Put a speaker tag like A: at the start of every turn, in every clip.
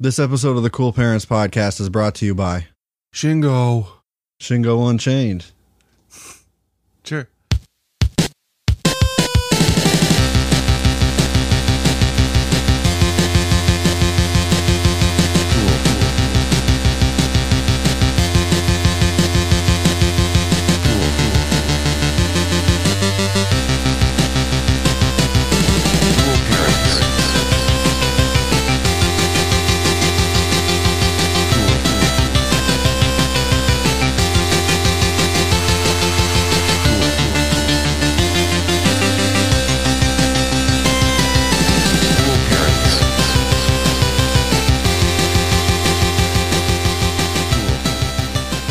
A: This episode of the Cool Parents Podcast is brought to you by
B: Shingo.
A: Shingo Unchained.
B: Sure.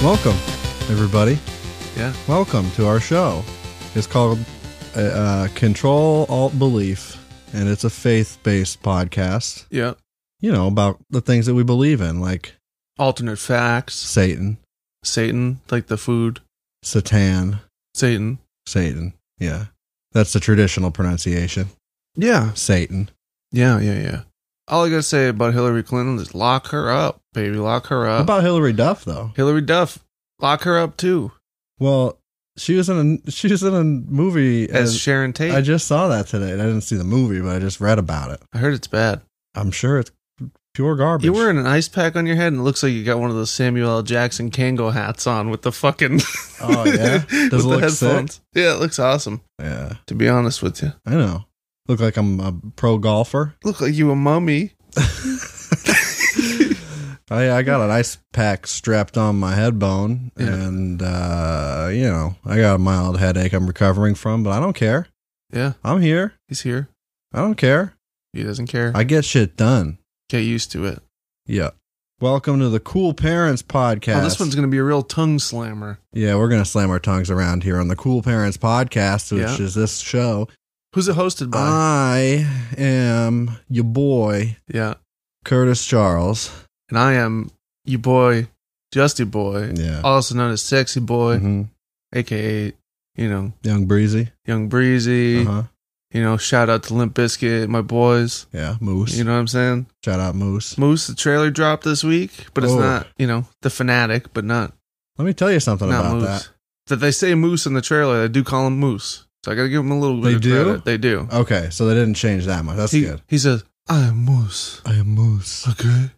A: Welcome, everybody.
B: Yeah.
A: Welcome to our show. It's called uh, uh, Control Alt Belief, and it's a faith based podcast,
B: Yeah.
A: you know, about the things that we believe in, like
B: Alternate facts.
A: Satan,
B: Satan, like the food.
A: Satan,
B: Satan.
A: Satan. Yeah. That's the traditional pronunciation.
B: Yeah.
A: Satan.
B: Yeah. Yeah. Yeah. All I gotta say about Hillary Clinton is lock her up, baby. Lock her
A: What
B: up.
A: about Hillary Duff, though?
B: Hillary Duff. Lock her up too,
A: Well, she was in a she was in a movie
B: as
A: and
B: Sharon Tate.
A: I just saw that today. and I didn't see the movie, but I just read about it.
B: I heard it's bad.
A: I'm sure it's pure garbage.
B: You're wearing an ice pack on your head, and it looks like you got one of those Samuel L. Jackson Kango hats on with the fucking.
A: Oh, yeah? Does it
B: with the
A: look
B: headphones. Yeah, it looks awesome.
A: Yeah,
B: To be honest with you,
A: I know. Look like I'm a pro golfer.
B: look like you a mummy.
A: I I got an ice pack strapped on my head bone,
B: Yeah.
A: and uh, you know I got a mild headache I'm recovering from, but I don't care.
B: Yeah,
A: I'm here.
B: he's here.
A: I don't care.
B: He doesn't care.
A: I get shit done.
B: Get used to it.
A: Yeah. Welcome to the Cool Parents Podcast.
B: Oh, this one's going to be a real tongue slammer.
A: Yeah, we're gonna slam our tongues around here on the Cool Parents Podcast, which
B: Yeah.
A: is this show.
B: Who's it hosted by?
A: Uh, I am your boy
B: yeah.
A: Curtis Charles.
B: And I am you boy, Justy Boy,
A: Yeah,
B: also known as Sexy Oh, Boy,
A: Mhm.
B: aka, you know,
A: young breezy.
B: Young Breezy.
A: Uh huh.
B: You know, shout out to Limp Biscuit, my boys.
A: Yeah, Moose.
B: You know what I'm saying?
A: Shout out Moose.
B: Moose, the trailer dropped this week, but it's
A: Oh.
B: not, you know, the fanatic, but not,
A: Let me tell you something
B: not
A: about
B: Moose.
A: that.
B: That they say Moose in the trailer, they do call him Moose. So I got to give him a little bit
A: They
B: of
A: do?
B: credit. They do.
A: Okay, so they didn't change that much. That's
B: he,
A: good.
B: He says, I am Moose.
A: I am Moose.
B: Okay.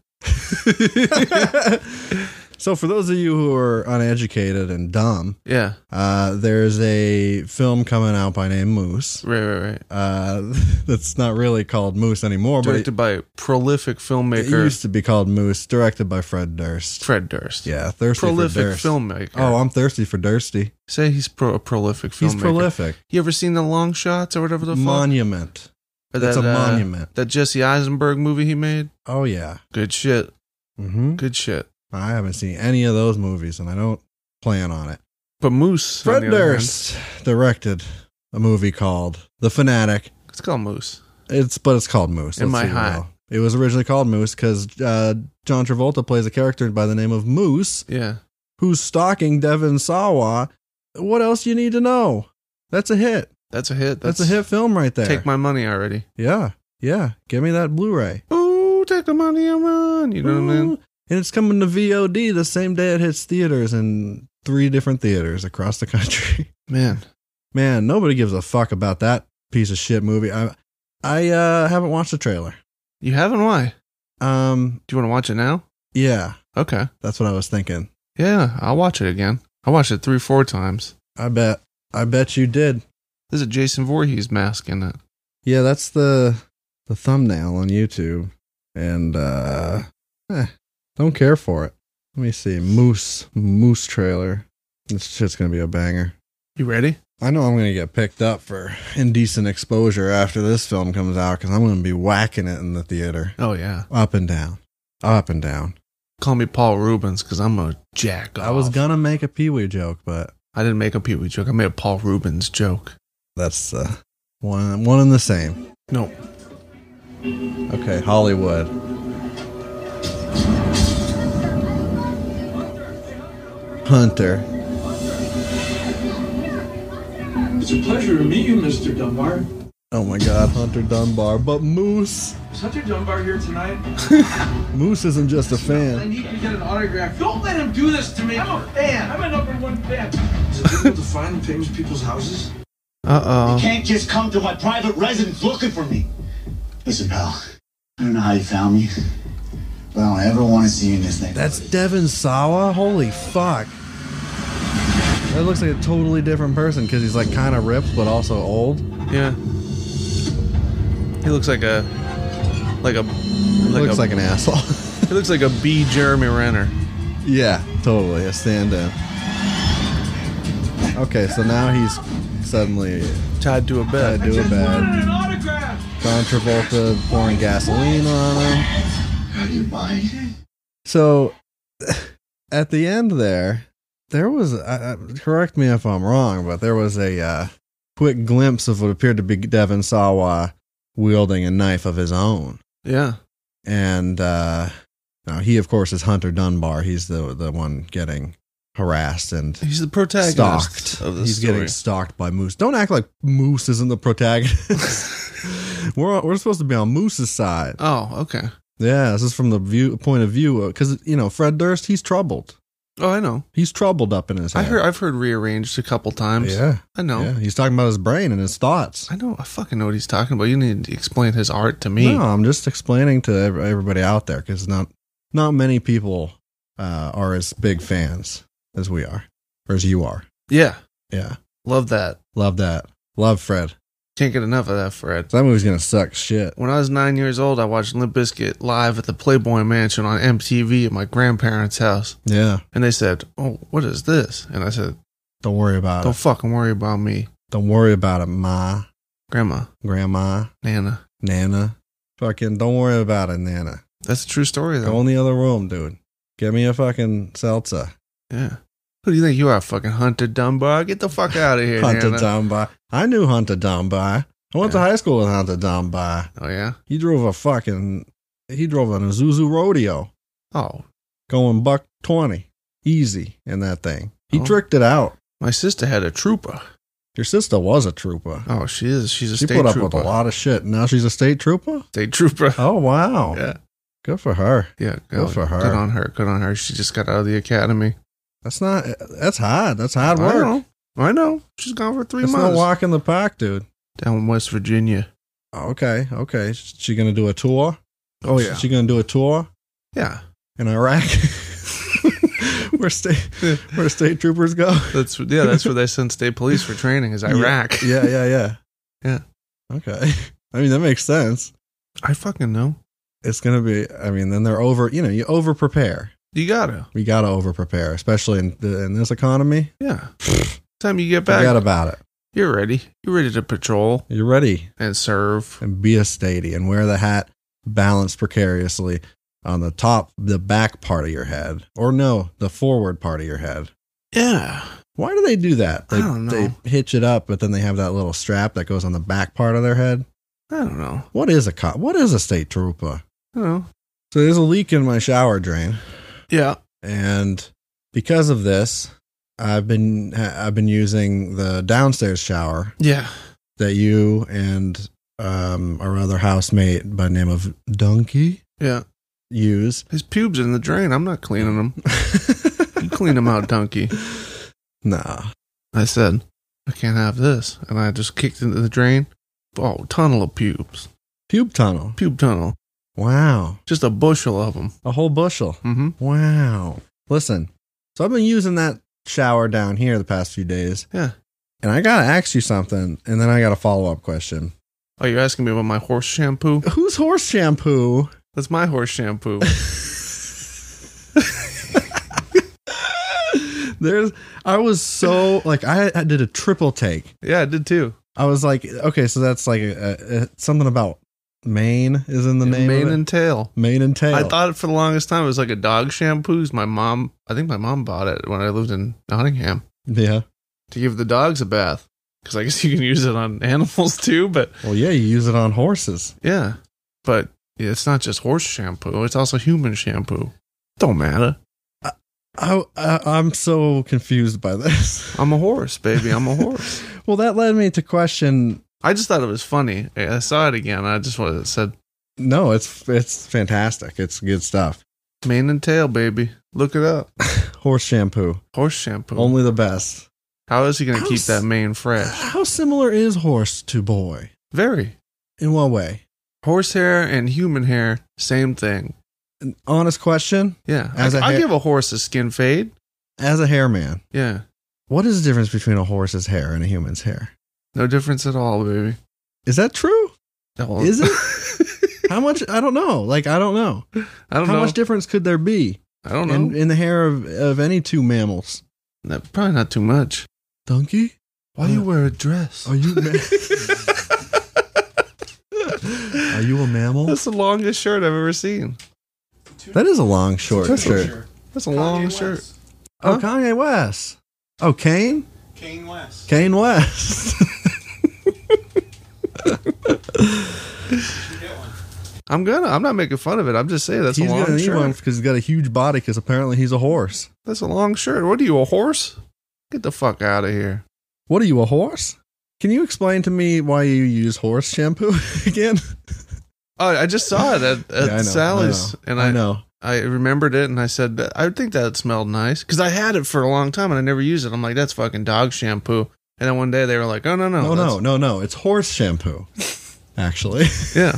A: so for those of you who are uneducated and dumb,
B: Yeah.
A: uh, there's a film coming out by name Moose.
B: Right, right, right.
A: Uh, that's not really called Moose anymore, Oh, but it-
B: Directed by prolific
A: It
B: filmmaker
A: used to be called Moose, directed by Fred Durst.
B: Fred Durst.
A: Yeah, thirsty for
B: prolific
A: Durst.
B: filmmaker.
A: Oh, I'm thirsty for Dursty.
B: say he's pro- a prolific filmmaker.
A: He's prolific.
B: You ever seen the Long Shots or whatever the fuck?
A: Monument.
B: Or
A: That's a
B: uh,
A: monument.
B: That Jesse Eisenberg movie he made.
A: Oh yeah.
B: Good shit.
A: hmm
B: Good shit.
A: I haven't seen any of those movies, and I don't plan on it.
B: But Moose. on
A: Fred
B: the other hand-
A: Durst directed a movie called The Fanatic.
B: It's called Moose.
A: It's but it's called Moose.
B: Am
A: Let's
B: I
A: see what
B: high?
A: else. It was originally called Moose because uh, John Travolta plays a character by the name of Moose,
B: Yeah.
A: who's stalking Devin Sawa. What else you need to know? That's a hit.
B: That's a hit.
A: That's, a hit film right there.
B: Take my money already.
A: yeah, yeah. Give me that Blu-ray.
B: Ooh, take the money and run. You know what I mean?
A: Ooh. And it's coming to VOD the same day it hits theaters in three different theaters across the country.
B: Man.
A: Man, nobody gives a fuck about that piece of shit movie. I, I uh, haven't watched the trailer.
B: You haven't? Why?
A: Um,
B: Do you want to watch it now?
A: yeah,
B: Okay.
A: that's what I was thinking.
B: Yeah, I'll watch it again. I watched it three, four times.
A: I bet, I bet you did.
B: There's a Jason Voorhees mask in it.
A: Yeah, that's the the thumbnail on YouTube, and uh, eh, don't care for it. Let me see Moose Moose trailer. This shit's gonna be a banger.
B: You ready?
A: I know I'm going to get picked up for indecent exposure after this film comes out because I'm going to be whacking it in the theater,
B: Oh yeah.
A: up and down, up and down.
B: Call me Paul Rubens because I'm a jack.
A: I was
B: off.
A: gonna make a Pee Wee joke, but
B: I didn't make a Pee Wee joke. I made a Paul Rubens joke.
A: that's uh, one one and the same.
B: No,
A: Okay, Hollywood. Hunter.
C: It's a pleasure to meet you, Mr. Dunbar.
A: Oh my God, Hunter Dunbar. But Moose,
C: Is Hunter Dunbar here tonight?
A: Moose isn't just a
C: I
A: fan.
C: need to get an autograph. Don't let him do this to me. I'm a fan. I'm a number one fan. Is it able to find famous people's houses?
B: Uh oh.
D: can't just come to my private residence looking for me. Listen, pal, I don't know how you found me, but I don't ever want to see you in this neighborhood.
A: That's Devin Sawa. Holy fuck. That looks like a totally different person because he's like kind of ripped but also old.
B: Yeah. He looks like a like a like
A: looks
B: a,
A: like an asshole.
B: he looks like a B Jeremy Renner.
A: Yeah, totally. A stand in. Okay, so now he's suddenly
B: Tied to a
A: I
B: bed.
A: do it bad.
C: Wanted an autograph.
A: John Travolta pouring gasoline on him.
D: How do you buy it?
A: So at the end there, there was, uh, correct me if I'm wrong, but there was a uh, quick glimpse of what appeared to be Devin Sawa wielding a knife of his own.
B: Yeah.
A: and uh now he of course is Hunter Dunbar. He's the the one getting harassed and
B: He's the protagonist
A: stalked.
B: of this
A: He's
B: story.
A: getting stalked by Moose. Don't act like Moose isn't the protagonist. we're we're supposed to be on Moose's side.
B: Oh, okay.
A: Yeah, this is from the view point of view because you know Fred Durst. He's troubled.
B: Oh, I know.
A: He's troubled up in his
B: I
A: head.
B: heard I've heard rearranged a couple times.
A: yeah,
B: I know.
A: yeah. He's talking about his brain and his thoughts.
B: I know. I fucking know what he's talking about. You need to explain his art to me.
A: No, I'm just explaining to ev- everybody out there because not not many people uh, are as big fans as we are, or as you are.
B: Yeah.
A: Yeah,
B: Love that.
A: love that. Love Fred.
B: Can't get enough of that, Fred.
A: So that movie's gonna suck shit.
B: When I was nine years old, I watched Limp Bizkit live at the Playboy Mansion on MTV at my grandparents' house.
A: Yeah,
B: And they said, Oh, what is this? And I said,
A: don't worry about
B: Don't
A: it.
B: fucking worry about me,
A: Don't worry about it, ma,
B: Grandma,
A: grandma,
B: Nana.
A: nana. Fucking don't worry about it, nana.
B: That's a true story,
A: Go
B: though.
A: in the other room, dude. Give me a fucking seltzer.
B: Yeah. Who do you think you are, fucking Hunter Dunbar? Get the fuck out of here,
A: Hunter
B: Nana.
A: Dunbar. I knew Hunter Dunbar. I went to
B: Yeah.
A: high school with Hunter Dunbar.
B: oh yeah.
A: He drove a fucking he drove an Azuzu rodeo
B: Oh,
A: going buck twenty. Easy in that thing. He
B: Oh.
A: tricked it out.
B: my sister had a trooper.
A: Your sister was a trooper.
B: Oh, she is. She's a
A: she
B: state
A: put up
B: trooper.
A: with a lot of shit. Now she's a state trooper?
B: State trooper.
A: Oh wow.
B: Yeah.
A: Good for her.
B: Yeah.
A: Good for her.
B: Good on her. Good on her. She just got out of the academy.
A: That's not that's hard. That's hard
B: I
A: work.
B: know. I know. She's gone for three
A: It's not
B: months.
A: walking the park, dude.
B: Down in West Virginia.
A: Okay, okay. She gonna do a tour?
B: Oh yeah.
A: She gonna do a tour
B: yeah.
A: in Iraq? where state where state troopers go?
B: That's yeah. That's where they send state police for training. Is Iraq.
A: Yeah, yeah, yeah.
B: Yeah.
A: Okay. I mean, that makes sense.
B: I fucking know.
A: It's going to be, I mean, then they're over, you know, you over prepare.
B: You gotta.
A: We got to over prepare, especially in, the, in this economy.
B: Yeah. Time you get back,
A: Forget about it.
B: you're ready. You're ready to patrol
A: You're ready
B: and serve.
A: and be a statey and wear the hat balanced precariously on the top, the back part of your head, or no, the forward part of your head.
B: Yeah.
A: Why do they do that? They,
B: I don't know.
A: they hitch it up, but then they have that little strap that goes on the back part of their head.
B: I don't know.
A: What is a cop? What is a state trooper?
B: I don't know.
A: So there's a leak in my shower drain,
B: Yeah.
A: and because of this, I've been I've been using the downstairs shower
B: Yeah.
A: that you and um, our other housemate by name of Donkey
B: Yeah.
A: use.
B: His pubes in the drain. I'm not cleaning them. You clean them out, donkey.
A: nah,
B: I said, I can't have this. And I just kicked into the drain. Oh, tunnel of pubes.
A: pube tunnel.
B: Pube tunnel.
A: Wow,
B: Just a bushel of them.
A: a whole bushel.
B: Mm-hmm.
A: Wow. Listen, so I've been using that shower down here the past few days,
B: Yeah.
A: and I gotta ask you something, and then I got a follow up question.
B: Oh, you're asking me about my horse shampoo?
A: Whose horse shampoo?
B: That's my horse shampoo.
A: There's, I was so like, I, I did a triple take.
B: yeah, I did too.
A: I was like, okay, so that's like a, a, uh, something about Maine is in the name.
B: mane
A: of it.
B: and tail.
A: Mane and tail.
B: I thought it for the longest time it was like a dog shampoos. My mom, I think my mom bought it when I lived in Nottingham
A: Yeah.
B: to give the dogs a bath because I guess you can use it on animals too. But
A: Well, yeah, you use it on horses.
B: yeah, but it's not just horse shampoo; it's also human shampoo. Don't matter.
A: I, I I'm so confused by this.
B: I'm a horse, baby. I'm a horse.
A: well, that led me to question.
B: I just thought it was funny. I saw it again. I just wanted it said
A: No, it's it's fantastic. It's good stuff.
B: mane and tail, baby. Look it up.
A: Horse shampoo,
B: Horse shampoo.
A: only the best.
B: How is he going to keep
A: How's-
B: that mane fresh?
A: How similar is horse to boy?
B: Very.
A: In what way?
B: Horse hair and human hair, same thing.
A: An honest question.
B: Yeah.
A: As
B: I,
A: a
B: I
A: hair-
B: give a horse a skin fade.
A: As a hair man,
B: Yeah.
A: what is the difference between a horse's hair and a human's hair?
B: No difference at all, baby.
A: Is that true?
B: No.
A: Is it? how much? I don't know. Like I don't know.
B: I don't
A: how
B: know.
A: much difference could there be
B: I don't know.
A: in, in the hair of, of any two mammals?
B: No, probably not too much.
A: Donkey?
B: Why do you wear a dress?
A: Are you ma- Are you a mammal?
B: That's the longest shirt I've ever seen.
A: That is a long short shirt.
B: That's a long shirt.
A: Oh, Kanye West. Oh, Kane?
D: Kane West.
A: Kane West.
B: I'm gonna. I'm not making fun of it. I'm just saying that's
A: he's
B: a
A: gonna
B: long
A: need one
B: shirt.
A: because he's got a huge body because apparently he's a horse.
B: That's a long shirt. What are you, a horse? Get the fuck out of here.
A: What are you, a horse? Can you explain to me why you use horse shampoo again?
B: Oh, I just saw it at, at
A: Yeah, I know, I
B: Sally's,
A: know,
B: and
A: I
B: I,
A: know.
B: I remembered it, and I said "That- I think that smelled nice because I had it for a long time and I never used it. I'm like, that's fucking dog shampoo. And then one day they were like, oh no no
A: No, no,
B: that's-
A: no, no. It's horse shampoo. Actually,
B: yeah,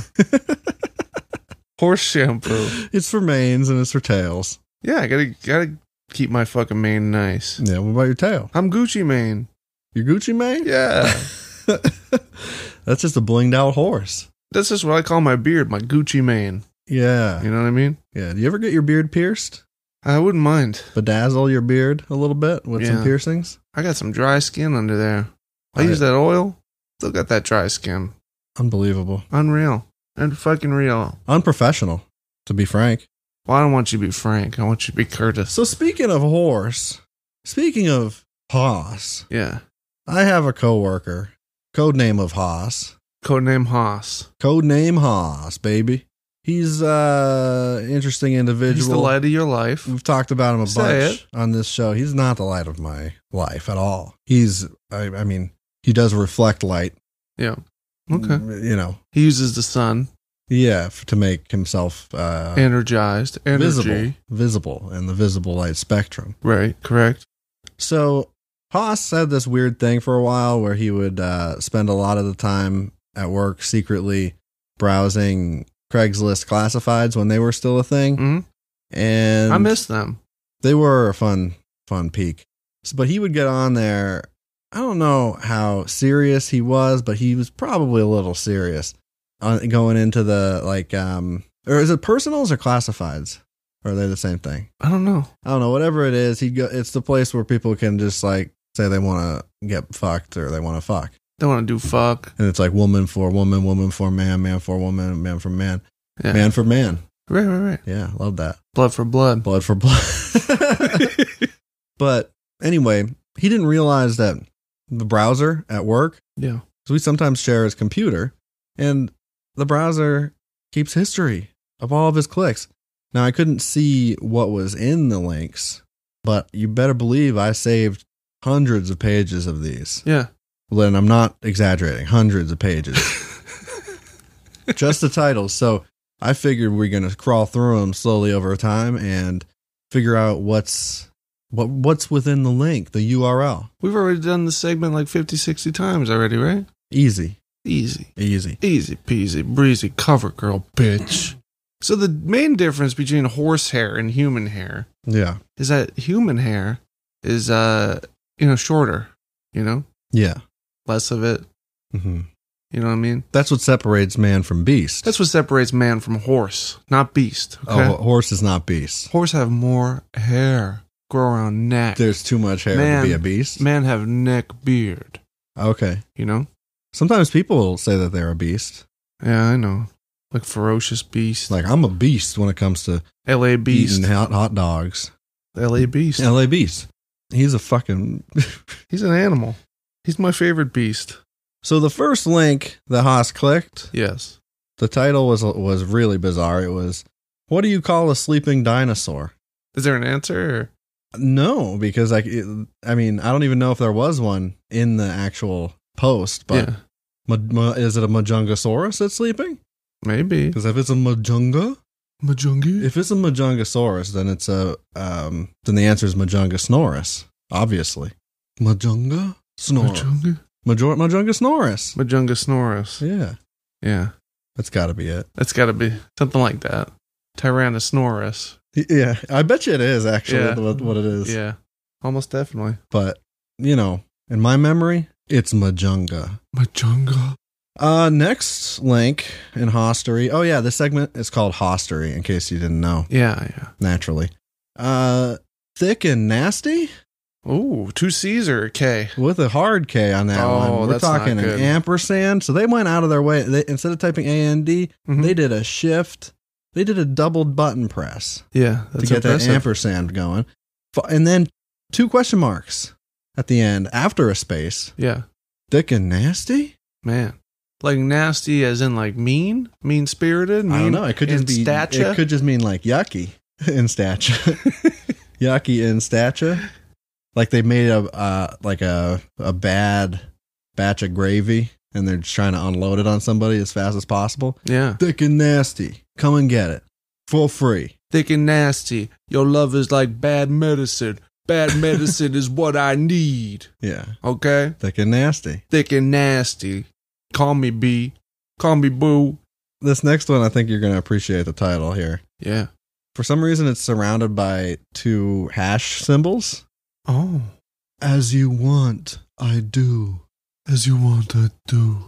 B: horse shampoo.
A: it's for manes and it's for tails.
B: Yeah, I gotta gotta keep my fucking mane nice.
A: Yeah. What about your tail?
B: I'm Gucci mane.
A: Your Gucci mane?
B: Yeah,
A: That's just a blinged out horse.
B: that's just what I call my beard, my Gucci mane.
A: Yeah.
B: You know what I mean?
A: Yeah. Do you ever get your beard pierced?
B: I wouldn't mind.
A: Bedazzle your beard a little bit with some
B: Yeah.
A: piercings?
B: I got some dry skin under there. I
A: I-
B: use that oil. Still got that dry skin.
A: Unbelievable.
B: Unreal and fucking real.
A: Unprofessional, to be frank.
B: Well, I don't want you to be Frank. I want you to be Curtis.
A: So, speaking of horse, speaking of Haas,
B: Yeah.
A: I have a coworker, code name of Haas.
B: Codename Haas.
A: Codename Haas, baby. He's uh interesting individual.
B: He's the light of your life.
A: We've talked about him a
B: Say
A: bunch on this show. He's not the light of my life at all. He's I, I mean, he does reflect light.
B: Yeah.
A: Mm-hmm.
B: Okay.
A: You know.
B: He uses the sun,
A: Yeah, f- to make himself uh
B: energized, energy.
A: visible, visible in the visible light spectrum.
B: Right. Correct.
A: So Haas said this weird thing for a while where he would uh, spend a lot of the time at work secretly browsing Craigslist classifieds when they were still a thing.
B: hmm
A: And
B: I miss them.
A: they were a fun, fun peak. So, but he would get on there. I don't know how serious he was, but he was probably a little serious on going into the like, um, or is it personals or classifieds? Or are they the same thing?
B: I don't know.
A: I don't know, whatever it is, he go, it's the place where people can just like say they want to get fucked or they want to fuck.
B: They want to do fuck.
A: And it's like woman for woman, woman for man, man for woman, man for man,
B: Yeah.
A: man for man.
B: Right. Right. Right.
A: Yeah, love that.
B: Blood for blood.
A: Blood for blood. but anyway, he didn't realize that the browser at work,
B: Yeah.
A: because we sometimes share his computer, and the browser keeps history of all of his clicks. Now, I couldn't see what was in the links, but you better believe I saved hundreds of pages of these.
B: Yeah.
A: Lynn, I'm not exaggerating, hundreds of pages. Just the titles. So I figured we're going to crawl through them slowly over time and figure out what's what what's within the link, the URL.
B: We've already done the segment like 50, 60 times already, right?
A: Easy,
B: Easy.
A: easy.
B: Easy peasy, breezy cover girl, bitch. So the main difference between horse hair and human hair
A: Yeah.
B: is that human hair is uh you know shorter you know
A: Yeah.
B: less of it
A: hmm
B: you know what i mean
A: That's what separates man from beast.
B: that's what separates man from horse not beast okay
A: Oh, horse is not beast.
B: horse have more hair grow around neck
A: There's too much hair
B: Man.
A: to be a beast.
B: man have neck beard
A: Okay.
B: you know
A: Sometimes people say that they're a beast.
B: yeah i know like ferocious beast,
A: Like I'm a beast when it comes to
B: L.A. beast,
A: eating hot hot dogs.
B: L.A. beast.
A: LA Beast. He's a fucking
B: He's an animal. He's my favorite beast.
A: So the first link that Haas clicked,
B: Yes.
A: the title was was really bizarre. It was What do you call a sleeping dinosaur?
B: Is there an answer? Or?
A: No, because like it, I mean, I don't even know if there was one in the actual post, but
B: yeah,
A: ma, ma, is it a Majungasaurus that's sleeping?
B: maybe
A: Because if it's a Majunga,
B: Majungi.
A: if it's a Majungasaurus, then it's a um then the answer is Majungasnorus, obviously. Majunga Snor.
B: Majunga.
A: Major Majungasnorus.
B: Majunga snorus.
A: Yeah.
B: Yeah,
A: That's got to be it.
B: that's got to be something like that. Tyrannosaurus.
A: Yeah, I bet you it is actually
B: Yeah.
A: what, what it is.
B: Yeah, almost definitely.
A: But you know, in my memory, it's Majunga.
B: Majunga.
A: Uh, next link in Hostery. Oh yeah, this segment is called Hostery. In case you didn't know,
B: Yeah, yeah.
A: naturally. Uh, thick and nasty
B: Ooh, two Caesar K.
A: with a hard K on that
B: Oh,
A: one. We're
B: that's not
A: talking an
B: good.
A: ampersand. So they went out of their way. They, instead of typing A and D,
B: Mhm.
A: they did a shift. They did a doubled button press.
B: Yeah, that's
A: to get
B: impressive.
A: that ampersand going. F- And then two question marks at the end after a space.
B: yeah,
A: Thick and nasty?
B: man. Like nasty, as in like mean, mean spirited. Mean
A: I don't know. It could
B: in
A: just be
B: stature.
A: it could just mean like yucky in stature. yucky in stature. Like they made a uh, like a a bad batch of gravy and they're just trying to unload it on somebody as fast as possible.
B: yeah,
A: Thick and nasty. Come and get it. For free.
B: thick and nasty. Your love is like bad medicine. Bad medicine is what I need.
A: Yeah.
B: Okay.
A: Thick and nasty.
B: thick and nasty. Call me B. Call me Boo.
A: This next one I think you're gonna appreciate the title here.
B: Yeah.
A: For some reason, it's surrounded by two hash symbols.
B: Oh.
A: As you want, I do.
B: As you want to do.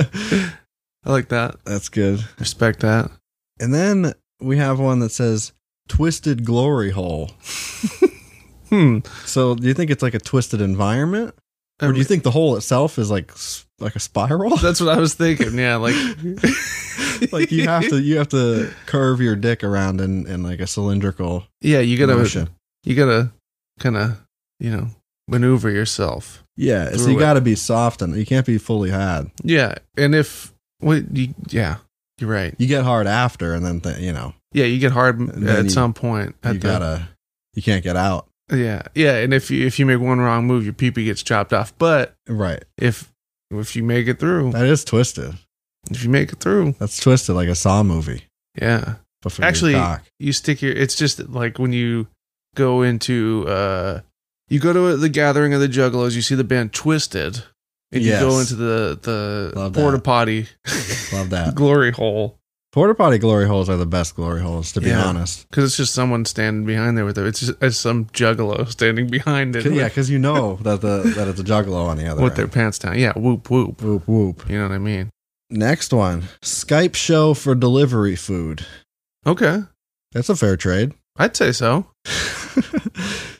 B: I like that.
A: That's good.
B: Respect that.
A: And then we have one that says twisted glory hole.
B: Hmm.
A: So do you think it's like a twisted environment? Or do you think the hole itself is like s- like a spiral?
B: that's what I was thinking? Yeah, like
A: like you have to you have to curve your dick around in, in like a cylindrical
B: Yeah, you gotta
A: motion.
B: you gotta kinda, you know, maneuver yourself.
A: Yeah, so
B: through
A: you
B: it.
A: got to be soft and you can't be fully hard.
B: Yeah. And if what you yeah, you're right.
A: You get hard after, and then th- you know
B: Yeah, you get hard
A: And then
B: at
A: you-
B: some point. At
A: you
B: the-
A: gotta you can't get out.
B: Yeah. Yeah. And if you if you make one wrong move, your peepee gets chopped off. But
A: Right.
B: if if you make it through,
A: That is twisted.
B: if you make it through,
A: That's twisted like a Saw movie.
B: yeah.
A: But for
B: Actually,
A: your cock.
B: You stick your. It's just like when you go into uh, you go to the gathering of the Juggalos. You see the band Twisted, and
A: Yes.
B: you go into the the
A: Love that.
B: porta potty
A: Love that.
B: glory hole
A: Porta potty glory holes are the best glory holes, to be
B: Yeah.
A: honest.
B: because it's just someone standing behind there with it. It's just it's some Juggalo standing behind it.
A: 'Cause- yeah,
B: with,
A: because you know that the that it's a juggalo on the other.
B: with their
A: end.
B: pants down. Yeah, whoop whoop.
A: whoop whoop.
B: You know what I mean?
A: Next one, Skype show for delivery food.
B: Okay,
A: That's a fair trade.
B: I'd say so.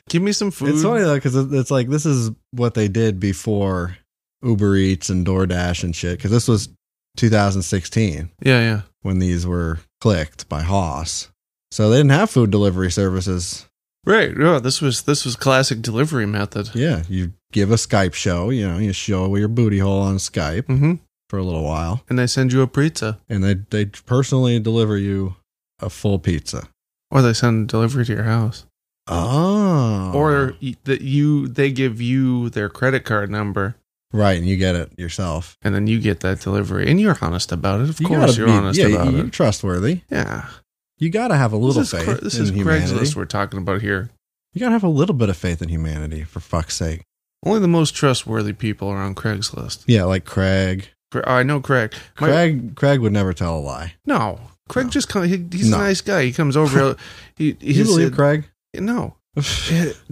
B: Give me some food.
A: It's funny though because it's like this is what they did before Uber Eats and DoorDash and shit. Because this was 2016.
B: Yeah, yeah.
A: when these were clicked by Haas. So they didn't have food delivery services.
B: Right. Yeah, this was this was classic delivery method.
A: Yeah, you give a Skype show, you know, you show your booty hole on Skype
B: Mm-hmm.
A: for a little while,
B: And they send you a pizza,
A: and they they personally deliver you a full pizza.
B: or they send delivery to your house.
A: Oh,
B: or y- that you they give you their credit card number
A: right, and you get it yourself.
B: and then you get that delivery and you're honest about it of
A: You
B: course
A: gotta
B: you're
A: be-
B: honest
A: yeah,
B: about
A: you-
B: it
A: Trustworthy.
B: yeah
A: You got to have a little
B: this is,
A: faith.
B: cra- this
A: in
B: is
A: humanity.
B: craigslist we're talking about here
A: You got to have a little bit of faith in humanity, for fuck's sake.
B: only the most trustworthy people are on craigslist
A: Yeah, like Craig.
B: Cra- i know craig My-
A: Craig. Craig would never tell a lie.
B: no craig
A: No.
B: just come, he, he's
A: No.
B: a nice guy he comes over he, he
A: You believe
B: said-
A: Craig?
B: no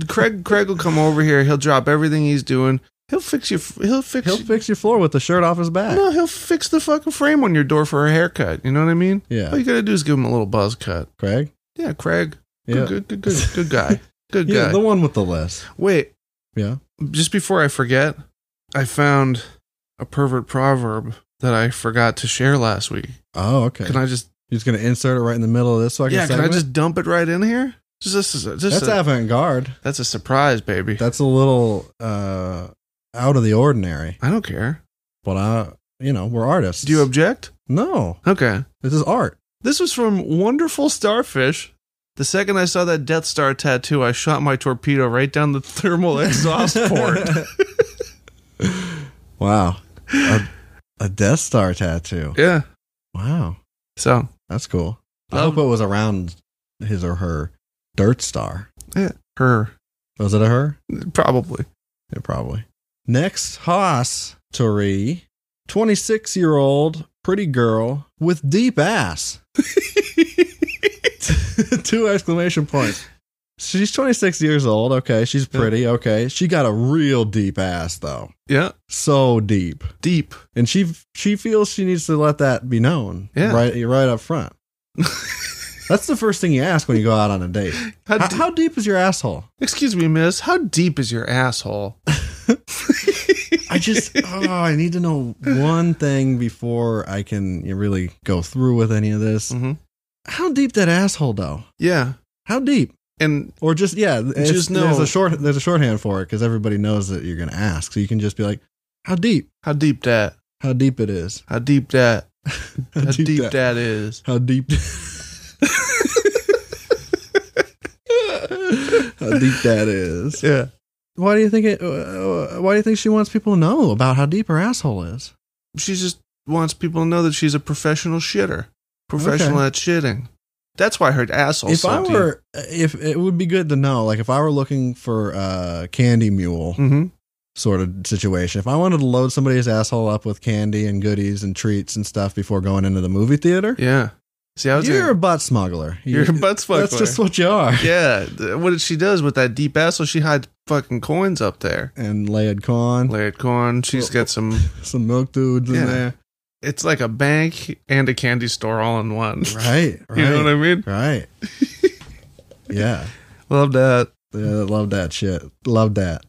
B: craig craig will come over here he'll drop everything he's doing he'll fix your f- he'll fix
A: He'll fix your floor with the shirt off his back.
B: no, he'll fix the fucking frame on your door for a haircut. You know what I mean? All
A: Yeah,
B: you gotta do is give him a little buzz cut.
A: Craig.
B: Yeah, Craig. Good,
A: Yeah,
B: good, good, good, good guy. Good
A: yeah,
B: guy.
A: the one with the list.
B: Wait,
A: Yeah.
B: just before I forget, I found a pervert proverb that I forgot to share last week.
A: Oh, okay.
B: Can I just
A: You're just gonna insert it right in the middle of this fucking
B: yeah? Can I
A: segment?
B: just dump it right in here? Just- This is a, just
A: That's
B: a-
A: avant garde.
B: that's a surprise, baby.
A: That's a little uh out of the ordinary.
B: I don't care.
A: But I you know, we're artists.
B: Do you object?
A: No.
B: Okay.
A: This is art.
B: This was from Wonderful Starfish. The second I saw that Death Star tattoo, I shot my torpedo right down the thermal exhaust port.
A: Wow. A, a Death Star tattoo.
B: Yeah.
A: Wow.
B: So
A: That's cool. I
B: Love-
A: hope it was around his or her dirt star.
B: her
A: Was it a her?
B: probably.
A: Yeah, probably. Next, Haas Tori, 26 year old pretty girl with deep ass. Two exclamation points. She's 26 years old. Okay. She's pretty. Okay. She got a real deep ass, though.
B: Yeah.
A: So deep.
B: Deep.
A: And she she feels she needs to let that be known.
B: Yeah.
A: Right, right up front. That's the first thing you ask when you go out on a date.
B: How
A: How,
B: d-
A: how deep is your asshole?
B: excuse me, miss. How deep is your asshole?
A: I just oh, I need to know one thing before I can you know, really go through with any of this.
B: Mhm.
A: How deep that asshole though?
B: Yeah.
A: How deep?
B: And
A: Or just yeah, it's-
B: Just know.
A: There's a short there's a shorthand for it because everybody knows that you're gonna ask, so you can just be like, "How deep?
B: how deep that?
A: How deep it is?
B: How deep that?
A: How,
B: How deep,
A: that-
B: that is?
A: How deep? how deep that is?
B: Yeah.
A: Why do you think it? Uh, why do you think she wants people to know about how deep her asshole is?
B: She just wants people to know that she's a professional shitter, professional
A: Okay.
B: at shitting. That's why her asshole.
A: if I were, if it would be good to know, like if I were looking for a candy mule
B: hmm
A: sort of situation, if I wanted to load somebody's asshole up with candy and goodies and treats and stuff before going into the movie theater,
B: Yeah. See, I was.
A: you're
B: gonna-
A: a butt smuggler.
B: you're a butt smuggler.
A: That's just what you are.
B: yeah. th- What she does with that deep asshole, she hides fucking coins up there.
A: And layered corn,
B: Layered corn. She's got some.
A: some milk dudes
B: Yeah.
A: in there.
B: It's like a bank and a candy store all in one.
A: Right. right
B: You know what I mean?
A: Right. yeah.
B: Love that.
A: Yeah, love that shit. Love that.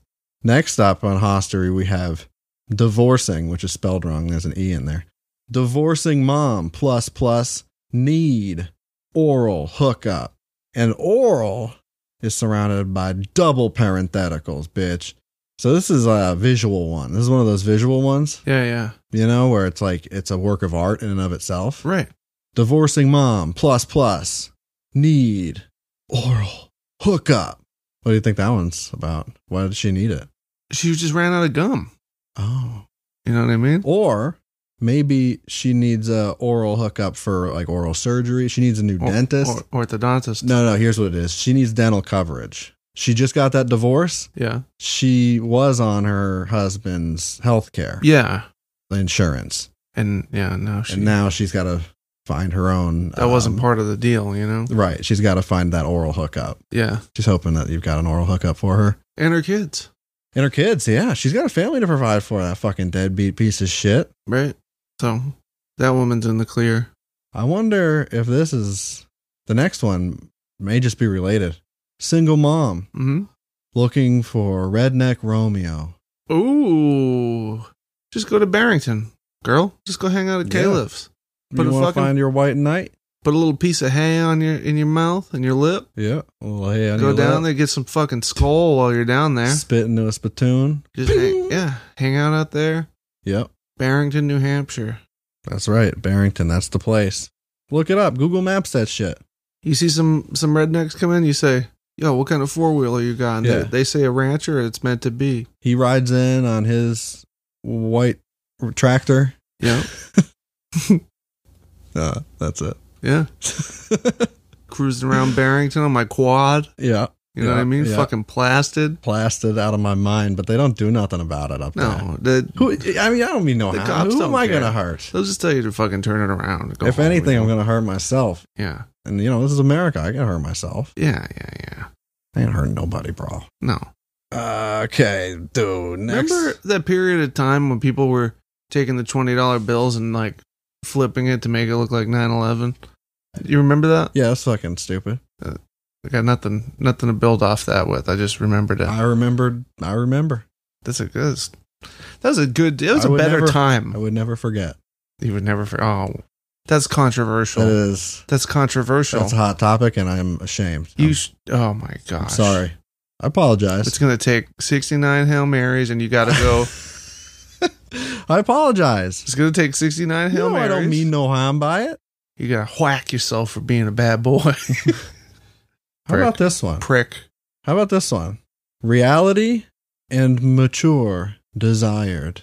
A: Next up on Hostery, we have divorcing, which is spelled wrong. There's an E in there. Divorcing mom plus plus need oral hookup. And oral is surrounded by double parentheticals, bitch. So this is a visual one. This is one of those visual ones,
B: Yeah. Yeah.
A: you know, where it's like it's a work of art in and of itself.
B: Right.
A: Divorcing mom plus plus need oral hookup. What do you think that one's about? Why did she need it?
B: She just ran out of gum.
A: Oh.
B: You know what I mean?
A: Or maybe she needs a oral hookup for like oral surgery. She needs a new dentist.
B: or, orthodontist.
A: no, no, here's what it is. She needs dental coverage. She just got that divorce.
B: Yeah.
A: She was on her husband's health care
B: Yeah.
A: insurance.
B: And yeah, no, she
A: and now she's got to find her own.
B: that wasn't
A: um,
B: part of the deal, you know?
A: Right. She's got to find that oral hookup.
B: Yeah.
A: She's hoping that you've got an oral hookup for her.
B: And her kids.
A: And her kids, yeah. She's got a family to provide for that fucking deadbeat piece of shit.
B: Right? So that woman's in the clear.
A: I wonder if this is the next one may just be related. Single mom
B: Mm-hmm.
A: looking for redneck Romeo.
B: Ooh. Just go to Barrington, girl. Just go hang out at
A: Yeah.
B: Caleb's. Put
A: you
B: a
A: want to
B: fucking-
A: find your white knight?
B: Put a little piece of hay on your in your mouth and your lip.
A: Yeah. Well, hey, on
B: Go
A: your
B: down
A: lap.
B: there, get some fucking skull while you're down there.
A: Spit into a spittoon.
B: Just hang, yeah, hang out out there,
A: Yep.
B: Barrington, New Hampshire.
A: That's right. Barrington. That's the place. Look it up. Google Maps that shit.
B: You see some some rednecks come in, you say, "Yo, what kind of four wheeler you got?" And they-
A: Yeah.
B: they, say a rancher. It's meant to be.
A: He rides in on his white tractor.
B: Yeah,
A: Uh, that's it.
B: yeah. Cruising around Barrington on my quad.
A: Yeah.
B: You know what I
A: Yeah,
B: mean?
A: yeah.
B: Fucking plasted.
A: Plastered out of my mind, but they don't do nothing about it up there.
B: No, the,
A: Who? I mean, I don't mean no
B: The
A: harm.
B: cops
A: Who
B: don't
A: am I
B: care.
A: gonna hurt?
B: they'll just tell you to fucking turn it around. and go
A: if
B: home,
A: anything,
B: you
A: I'm
B: know?
A: gonna hurt myself.
B: Yeah,
A: And you know, this is America. I can hurt myself.
B: yeah, yeah, yeah.
A: I ain't hurting nobody, bro.
B: No,
A: Okay, dude. Next.
B: remember that period of time when people were taking the twenty dollar bills and like flipping it to make it look like 9-11? You remember that?
A: Yeah, that's fucking stupid.
B: I got nothing, nothing to build off that with. I just remembered it.
A: I remembered. I remember.
B: That's a good. That was a good. It was
A: I
B: a
A: would
B: better
A: never- I
B: time.
A: would never forget.
B: You would never. For- oh, that's controversial.
A: That is
B: that's controversial.
A: that's a hot topic, and I'm ashamed.
B: you.
A: I'm,
B: Sh- oh my gosh.
A: Um, I'm sorry. I apologize.
B: It's gonna take sixty nine hail marys, and you got to go.
A: I apologize.
B: it's gonna take sixty nine
A: You
B: hail
A: know I
B: marys.
A: don't mean no harm by it.
B: you gotta whack yourself for being a bad boy,
A: How about this one?
B: prick.
A: How about this one? Reality and mature desired.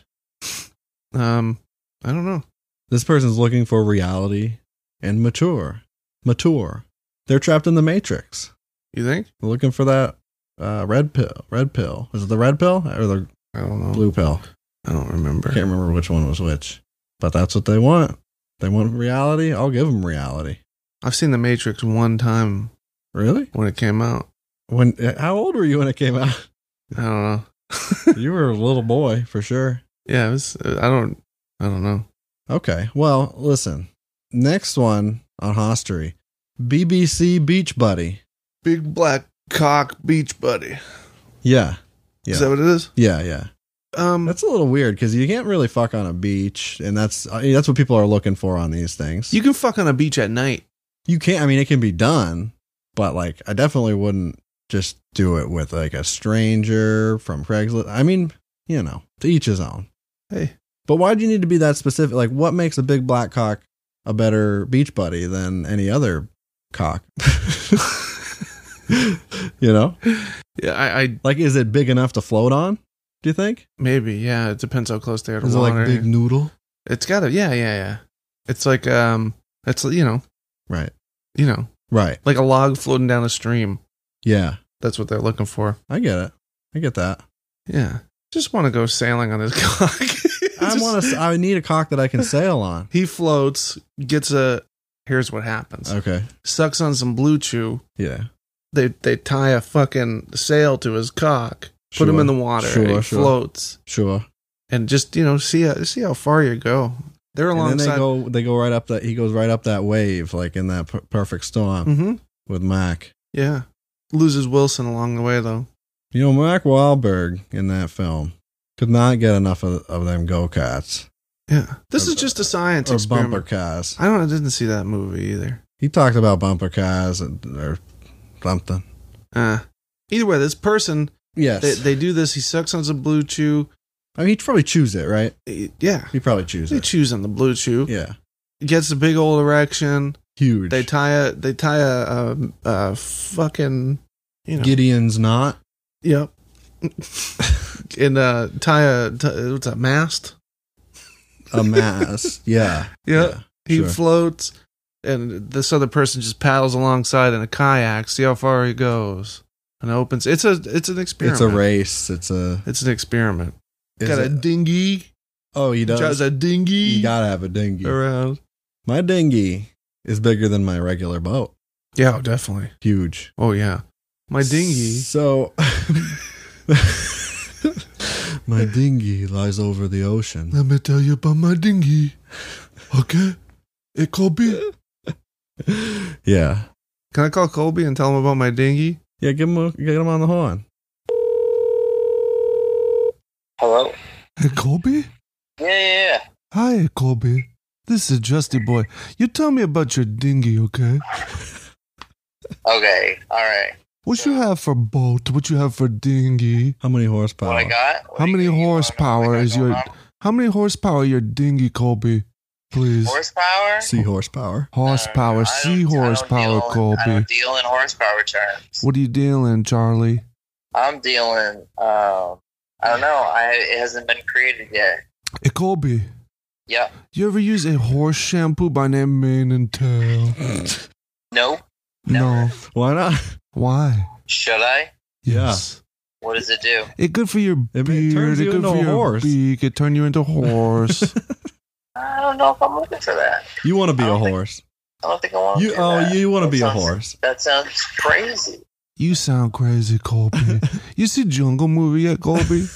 B: Um, I don't know.
A: This person's looking for reality and mature. Mature. They're trapped in the matrix.
B: You think?
A: They're looking for that uh, red pill. Red pill. Is it the red pill or the
B: I don't know.
A: blue pill?
B: I don't remember.
A: I can't remember which one was which. But that's what they want. They want reality. I'll give them reality.
B: I've seen The Matrix one time
A: Really?
B: when it came out.
A: When? uh, How old were you when it came out?
B: I don't know.
A: you were a little boy for sure.
B: Yeah, it was. I don't. I don't know.
A: Okay. Well, listen. Next one on Hostery BBC Beach Buddy.
B: Big black cock beach buddy.
A: Yeah. Yeah.
B: Is that what it is?
A: Yeah. Yeah.
B: Um,
A: That's a little weird because you can't really fuck on a beach, and that's I mean, that's what people are looking for on these things.
B: you can fuck on a beach at night.
A: you can't. I mean, it can be done, but like I definitely wouldn't just do it with like a stranger from Craigslist. I mean, you know, to each his own.
B: Hey,
A: But why do you need to be that specific? Like, what makes a big black cock a better beach buddy than any other cock? you know,
B: yeah, I, I
A: like, is it big enough to float on? Do you think?
B: maybe. Yeah, it depends how close they are to
A: Is it
B: water.
A: like big noodle?
B: it's got to. Yeah, yeah, yeah. It's like um, it's you know,
A: Right.
B: you know,
A: Right.
B: like a log floating down a stream.
A: Yeah.
B: That's what they're looking for.
A: I get it. I get that.
B: Yeah, just want to go sailing on his cock.
A: I
B: Just-
A: want to. I need a cock that I can sail on.
B: He floats, gets a. Here's what happens.
A: Okay.
B: Sucks on some blue chew.
A: Yeah.
B: They they tie a fucking sail to his cock. Put him
A: Sure.
B: in the water.
A: Sure,
B: and he
A: sure.
B: floats,
A: Sure.
B: and just you know see how, see how far you go. They're
A: And then they
B: alongside.
A: go. They go right up that. He goes right up that wave, like in that per- perfect storm
B: hmm
A: with Mac.
B: Yeah, loses Wilson along the way though.
A: You know, Mark Wahlberg in that film could not get enough of, of them go karts
B: Yeah, this
A: Or-
B: is just a science
A: or
B: experiment.
A: bumper cars.
B: I don't. I didn't see that movie either.
A: He talked about bumper cars and, or something.
B: Uh, either way, this person
A: Yes,
B: they, they do this. He sucks on some blue chew.
A: I mean he'd probably choose it, right?
B: Eh, Yeah,
A: He'd probably choose
B: they
A: it.
B: chews on the blue chew.
A: yeah,
B: Gets a big old erection.
A: huge.
B: They tie a they tie a, a, a fucking you know
A: Gideon's knot.
B: yep and uh tie a t- what's that mast
A: a mass. yeah,
B: Yeah, he
A: sure.
B: floats and this other person just paddles alongside in a kayak see how far he goes and opens it's a it's an experiment
A: It's a race. It's a.
B: it's an experiment
A: is
B: got a
A: it-
B: dinghy
A: oh, he does.
B: drives a dinghy
A: you gotta have a dinghy.
B: around
A: My dinghy is bigger than my regular boat.
B: yeah oh, definitely
A: Huge.
B: oh yeah my dinghy
A: So. my dinghy lies over the ocean.
B: Let me tell you about my dinghy. Okay? It Colby.
A: Yeah.
B: Can I call Colby and tell him about my dinghy?
A: Yeah, get him, a- get him on the horn.
E: Hello?
B: Hey, Colby?
E: Yeah, yeah, yeah.
B: Hi, Colby. This is Justy Boy. You tell me about your dinghy, okay?
E: Okay, all right.
B: What you have for boat? What you have for dinghy?
A: How many horsepower?
E: What I got? What
B: How
E: do you
B: many
E: think you wanna know
B: horsepower
E: what I
B: is
E: got
B: your
E: going on?
B: how many horsepower your dinghy, Colby? Please.
E: horsepower?
A: Sea horsepower.
E: Uh,
B: horsepower,
E: I
B: sea
E: don't- I don't
B: horsepower,
E: deal in- I
B: Colby.
E: don't deal in horsepower terms.
B: What are you dealing, Charlie?
E: I'm dealing. Um, I don't know. I it hasn't been created yet.
B: Hey, Colby.
E: Yep.
B: You ever use a horse shampoo by name Mane and Tail?
E: Nope.
B: No.
A: Why not?
B: Why?
E: Should I?
A: Yeah.
E: What does it do?
B: It good for your
A: It ma-
B: beard.
A: turns
B: it
A: you
B: good
A: into
B: for
A: a
B: your
A: horse.
B: beak. It turn you into a horse.
E: I don't know if I'm looking for that.
A: You want to be
E: I
A: a
E: don't think-
A: horse.
E: I don't think I want.
A: You
E: do
A: oh,
E: that.
A: you want to
E: That
A: be a
E: sounds-
A: horse.
E: That sounds crazy.
B: you sound crazy, Colby. you see Jungle Movie yet, Colby?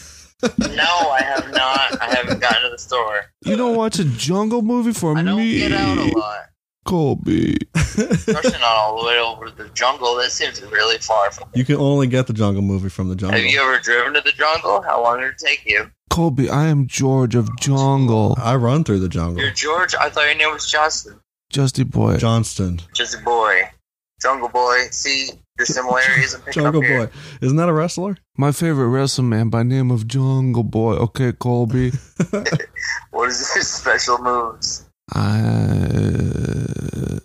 E: No, I have not. I haven't gotten to the store.
B: You don't watch a Jungle Movie for
E: I don't
B: me,
E: get out a lot.
B: Colby.
E: Rushing all the way over to the jungle. That seems really far from.
A: You can only get the jungle movie from the jungle.
E: Have you ever driven to the jungle? How long did it take you?
B: Colby. I am George of Jungle.
A: I run through the jungle.
E: You're George. I thought your name was Justin.
B: Justy boy.
A: Johnston.
E: Just a boy. Jungle boy. See the similarities. I'm picking
A: Jungle
E: up here.
A: Boy. Isn't that a wrestler?
B: My favorite wrestling man by name of Jungle Boy. Okay, Colby.
E: What is his special moves?
B: I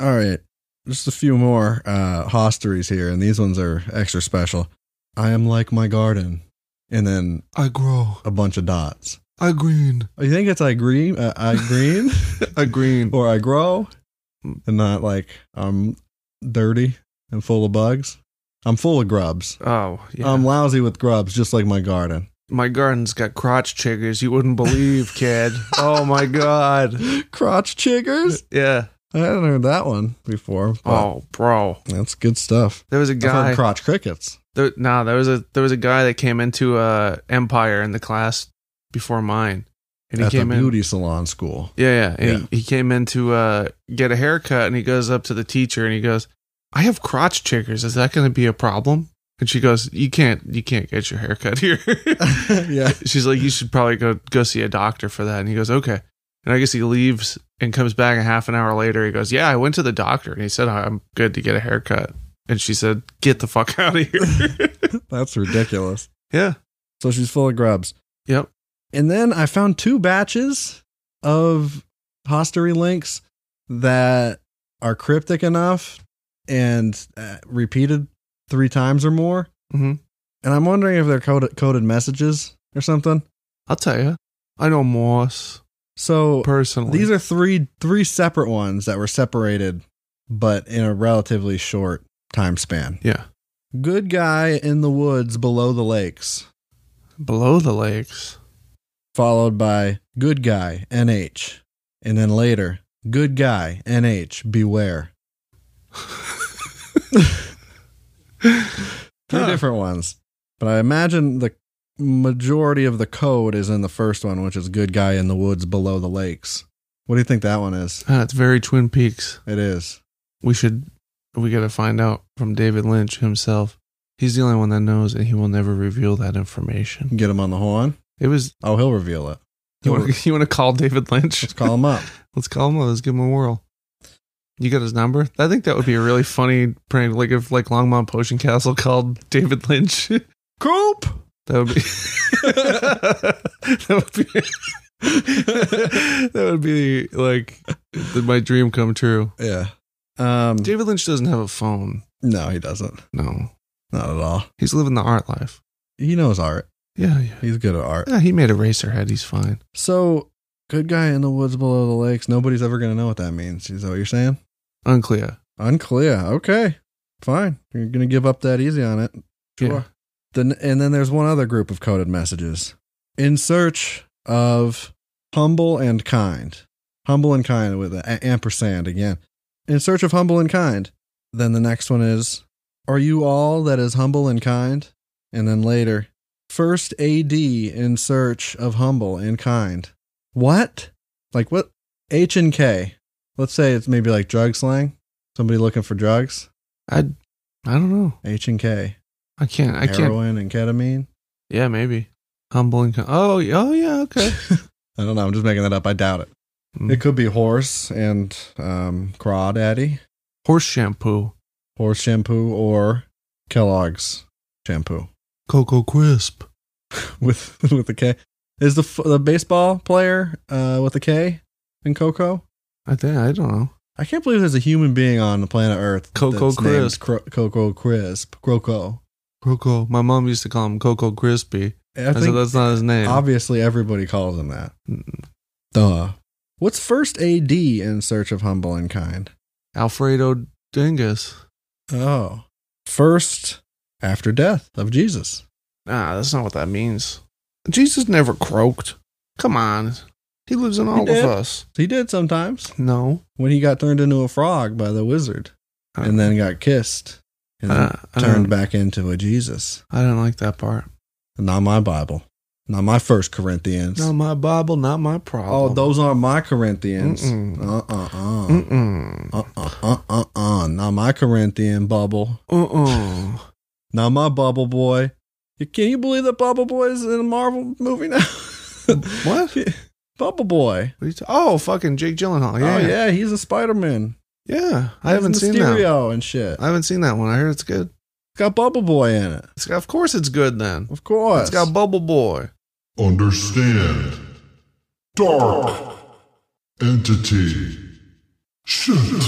A: All right. Just a few more uh, hosteries here, and these ones are extra special. I am like my garden, and then
B: I grow.
A: a bunch of dots.
B: I green.
A: Oh, you think it's I green, uh, I green,
B: I green.
A: or I grow, and not like I'm dirty and full of bugs. I'm full of grubs.
B: Oh, yeah.
A: I'm lousy with grubs, just like my garden.
B: my garden's got crotch chiggers. You wouldn't believe, kid. oh my god.
A: Crotch chiggers.
B: Yeah.
A: I hadn't heard that one before. But
B: Oh, bro.
A: that's good stuff.
B: There was a
A: I've
B: guy.
A: heard crotch crickets.
B: There, nah, there was a there was a guy that came into uh Empire in the class before mine, and he
A: at
B: came
A: the
B: in.
A: beauty salon school.
B: Yeah, yeah. And
A: Yeah.
B: He, he came in to uh, get a haircut, and he goes up to the teacher, and he goes, "I have crotch chiggers. Is that going to be a problem?" And she goes, "You can't, you can't get your haircut here."
A: yeah.
B: She's like, "You should probably go go see a doctor for that." And he goes, "Okay." And I guess he leaves and comes back a half an hour later. He goes, "Yeah, I went to the doctor, and he said I'm good to get a haircut." And she said, "Get the fuck out of here."
A: That's ridiculous.
B: yeah.
A: So she's full of grubs.
B: Yep.
A: And then I found two batches of hostery links that are cryptic enough and uh, repeated three times or more.
B: Mhm.
A: And I'm wondering if they're coded, coded messages or something.
B: I'll tell you. I know Morse
A: So
B: personally.
A: these are three three separate ones that were separated, but in a relatively short time span.
B: yeah
A: Good guy in the woods below the lakes.
B: below the lakes.
A: followed by good guy nh and then later good guy nh beware three
B: Huh.
A: different ones but i imagine the majority of the code is in the first one which is good guy in the woods below the lakes what do you think that one is
B: Ah, it's very Twin Peaks.
A: it is
B: We should, we got to find out from David Lynch himself. He's the only one that knows, and he will never reveal that information.
A: get him on the horn
B: It was.
A: oh he'll reveal it
B: You want to you want to call David Lynch?
A: let's call him up
B: Let's call him. Let's give him a whirl. You got his number? I think that would be a really funny prank. Like if like Longmont Potion Castle called David Lynch, that
A: coop
B: would be. that would be. that would be like the, my dream come true.
A: yeah um
B: David Lynch doesn't have a phone.
A: no he doesn't
B: No,
A: not at all
B: He's living the art life.
A: he knows art
B: Yeah, yeah.
A: he's good at art
B: Yeah, he made a racer head. He's fine.
A: So, good guy in the woods below the lakes. Nobody's ever going to know what that means. Is that what you're saying?
B: Unclear.
A: Unclear. Okay. Fine. You're going to give up that easy on it. Sure.
B: Yeah.
A: Then, and then there's one other group of coded messages in search of humble and kind. Humble and kind with an a- ampersand again. In search of humble and kind. Then the next one is Are you all that is humble and kind? And then later, First AD in search of humble and kind. What? Like what? H and K. Let's say it's maybe like drug slang. Somebody looking for drugs.
B: I, I don't know.
A: H and K.
B: I can't. I can't.
A: Heroin and ketamine.
B: Yeah, maybe. Humble and con- oh, yeah, oh yeah, okay.
A: I don't know. I'm just making that up. I doubt it.
B: Mm.
A: It could be horse and um, crawdaddy,
B: Horse shampoo.
A: horse shampoo, or Kellogg's shampoo
B: Cocoa crisp.
A: with with the K. Is the f- the baseball player uh, with the K in Coco?
B: I think I don't know.
A: I can't believe there's a human being on the planet Earth.
B: Coco
A: that's named
B: Crisp.
A: Cro- Coco Crisp. Croco.
B: Cocoa. My mom used to call him Cocoa Crispy.
A: I
B: I, said
A: think
B: that's not his name.
A: obviously everybody calls him that.
B: Mm.
A: Duh. What's first AD in search of humble and kind?
B: Alfredo Dingus.
A: Oh. First after death of Jesus.
B: Nah, that's not what that means. Jesus never croaked. Come on, he lives in all of
A: did.
B: us.
A: He did sometimes
B: No,
A: when he got turned into a frog by the wizard
B: Uh,
A: and then got kissed and then
B: Uh, I
A: turned
B: don't-
A: back into a Jesus.
B: I don't like that part.
A: Not my Bible. Not my first Corinthians.
B: Not my Bible, not my
A: Oh,
B: problem.
A: those aren't my Corinthians.
B: Mm-mm. Mm.
A: Uh uh uh.
B: Mm-mm.
A: Uh uh uh uh uh. Not my Corinthian bubble.
B: Uh-uh.
A: Now my Bubble Boy. You, can you believe that Bubble Boy is in a Marvel movie now?
B: What?
A: Bubble Boy.
B: What are you ta- oh, fucking Jake Gyllenhaal. Yeah,
A: Oh
B: yeah.
A: yeah, he's a Spider Man.
B: Yeah, I haven't seen that.
A: Mysterio and shit.
B: I haven't seen that one. I heard it's good.
A: It's got Bubble Boy in it,
B: It's got, of course, it's good. Then
A: of course.
B: it's got Bubble Boy.
F: Understand. Dark. Entity. Shit.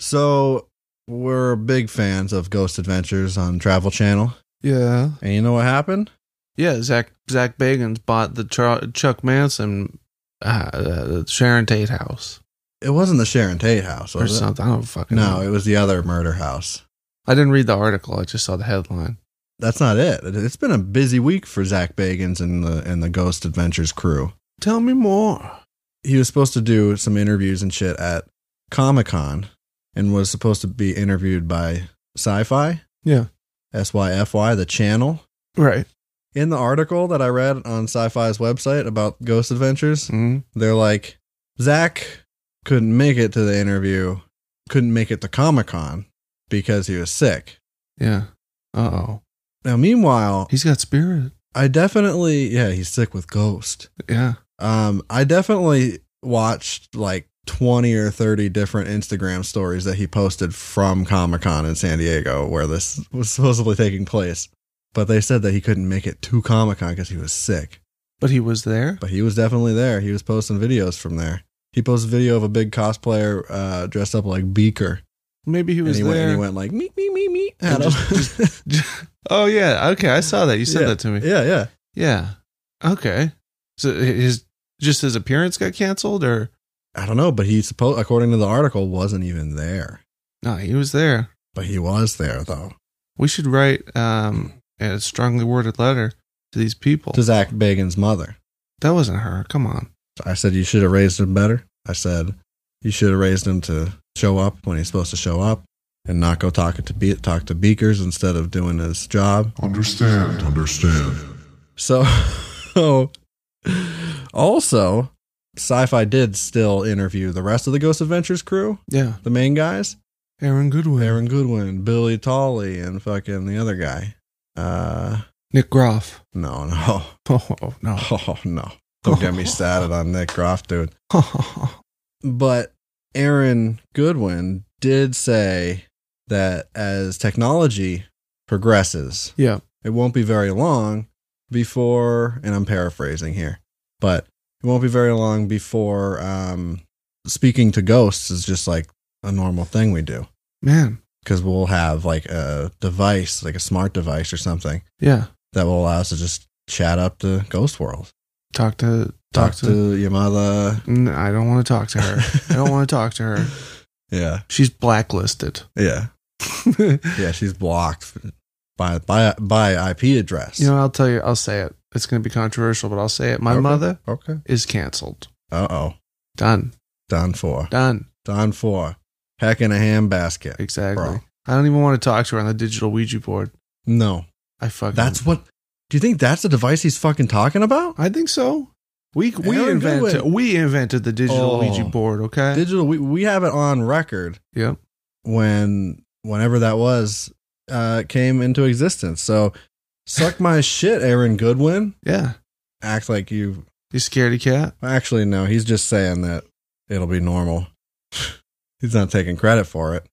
A: so we're big fans of Ghost Adventures on Travel Channel,
B: Yeah,
A: and you know what happened?
B: yeah. Zach Zach Bagans bought the Char- Chuck Manson, uh, uh, Sharon Tate house
A: It wasn't the Sharon Tate house,
B: or
A: was it?
B: something. I don't fucking
A: No,
B: know.
A: it was the other murder house.
B: I didn't read the article. I just saw the headline.
A: That's not it. It- It's been a busy week for Zach Bagans and the and the Ghost Adventures crew.
B: Tell me more.
A: He was supposed to do some interviews and shit at Comic Con, and was supposed to be interviewed by Sci-Fi.
B: Yeah.
A: S Y F Y, the channel.
B: Right.
A: in the article that I read on Sci-Fi's website about Ghost Adventures,
B: hmm
A: they're like Zach couldn't make it to the interview, couldn't make it to Comic Con because he was sick.
B: Yeah. Uh oh.
A: Now, meanwhile,
B: He's got spirit.
A: I definitely yeah, he's sick with Ghost.
B: Yeah.
A: Um, I definitely watched like twenty or thirty different Instagram stories that he posted from Comic Con in San Diego, where this was supposedly taking place. But they said that he couldn't make it to Comic Con because he was sick.
B: But he was there.
A: But he was definitely there. He was posting videos from there. He posted a video of a big cosplayer uh, dressed up like Beaker.
B: Maybe he was
A: and, he
B: there.
A: Went, and he went like, meet, meet, meet, meet.
B: And just- oh yeah. Okay, I saw that. You said
A: yeah.
B: that to me.
A: Yeah, yeah.
B: Yeah. Okay. So his just his appearance got canceled, or
A: I don't know, but he, supposed, according to the article, wasn't even there.
B: no? He was there.
A: But he was there, though.
B: We should write um, a strongly worded letter to these people.
A: To Zach Bagan's mother.
B: that wasn't her. Come on.
A: So I said, you should have raised him better. I said, you should have raised him to show up when he's supposed to show up and not go talk to, Be- talk to Beakers instead of doing his job.
F: Understand. Understand.
A: So, also, Sci Fi did still interview the rest of the Ghost Adventures crew,
B: Yeah.
A: the main guys
B: Aaron Goodwin.
A: Aaron Goodwin, Billy Tolley, and fucking the other guy. Uh,
B: Nick Groff.
A: no, no.
B: Oh no.
A: Oh, no. Don't get me started on Nick Groff, dude. But Aaron Goodwin did say that as technology progresses,
B: yeah.
A: it won't be very long before and i'm paraphrasing here but it won't be very long before um, speaking to ghosts is just like a normal thing we do
B: Man.
A: because we'll have like a device like a smart device or something
B: Yeah.
A: that will allow us to just chat up to ghost world
B: Talk to
A: talk, to, your mother
B: N- I don't want to talk to her. I don't want to talk to her.
A: yeah
B: She's blacklisted.
A: yeah
B: you
A: yeah she's blocked by by by ip address
B: know, I'll tell you. I'll say it. It's going to be controversial, but I'll say it. My
A: Okay.
B: mother
A: okay
B: is canceled.
A: uh-oh
B: Done.
A: done for
B: Done.
A: done for heck in a handbasket
B: Exactly.
A: Bro.
B: I don't even want to talk to her on the digital Ouija board.
A: no
B: I fucking.
A: That's what. Do you think that's the device he's fucking talking about?
B: I think so. We we
A: Aaron
B: invented
A: Goodwin.
B: we invented the digital
A: Oh.
B: Ouija board. Okay.
A: Digital. We we have it on record
B: yep.
A: when whenever that was uh, came into existence. So suck my shit, Aaron Goodwin.
B: Yeah.
A: Act like you.
B: You scaredy cat.
A: Actually, no. He's just saying that it'll be normal. he's not taking credit for it.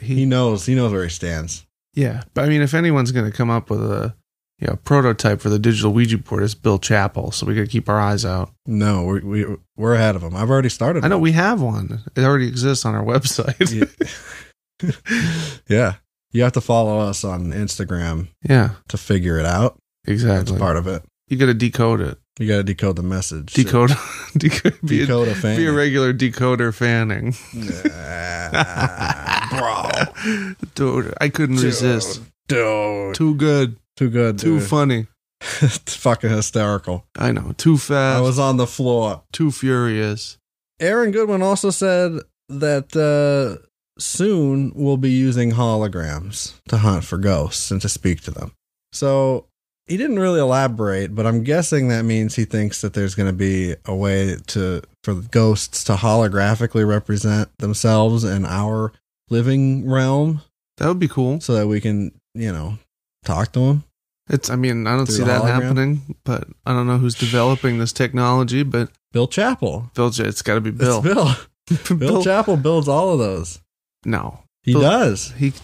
A: He knows. He knows where he stands.
B: Yeah. But I mean, if anyone's going to come up with a you know prototype for the digital Ouija board, it's Bill Chappell. So we got to keep our eyes out.
A: No, we we we're ahead of him. I've already started.
B: I know we have one. It already exists on our website.
A: Yeah. yeah, you have to follow us on Instagram
B: yeah.
A: to figure it out. That's
B: Exactly.
A: part of it.
B: You got to decode it.
A: You got to decode the message.
B: Decode. decode. Be,
A: decode a
B: a,
A: fan.
B: be a regular decoder fanning.
A: Nah, bro.
B: Dude, I couldn't resist.
A: Dude.
B: Too good,
A: Too good.
B: too
A: dude.
B: funny.
A: It's fucking hysterical.
B: I know, too
A: I
B: fast,
A: was on the floor.
B: too furious.
A: Aaron Goodwin also said that uh, soon we'll be using holograms to hunt for ghosts and to speak to them. So he didn't really elaborate, but I'm guessing that means he thinks that there's going to be a way to for ghosts to holographically represent themselves in our living realm
B: That would be cool.
A: so that we can you know, talk to him.
B: It's. I mean, I don't
A: Through
B: see
A: the
B: that
A: hologram?
B: happening. But I don't know who's developing this technology. But
A: Bill Chappell.
B: Bill, J- it's got to be Bill.
A: It's Bill. Bill, Chappell builds all of those.
B: no,
A: He
B: Bill-
A: does.
B: he.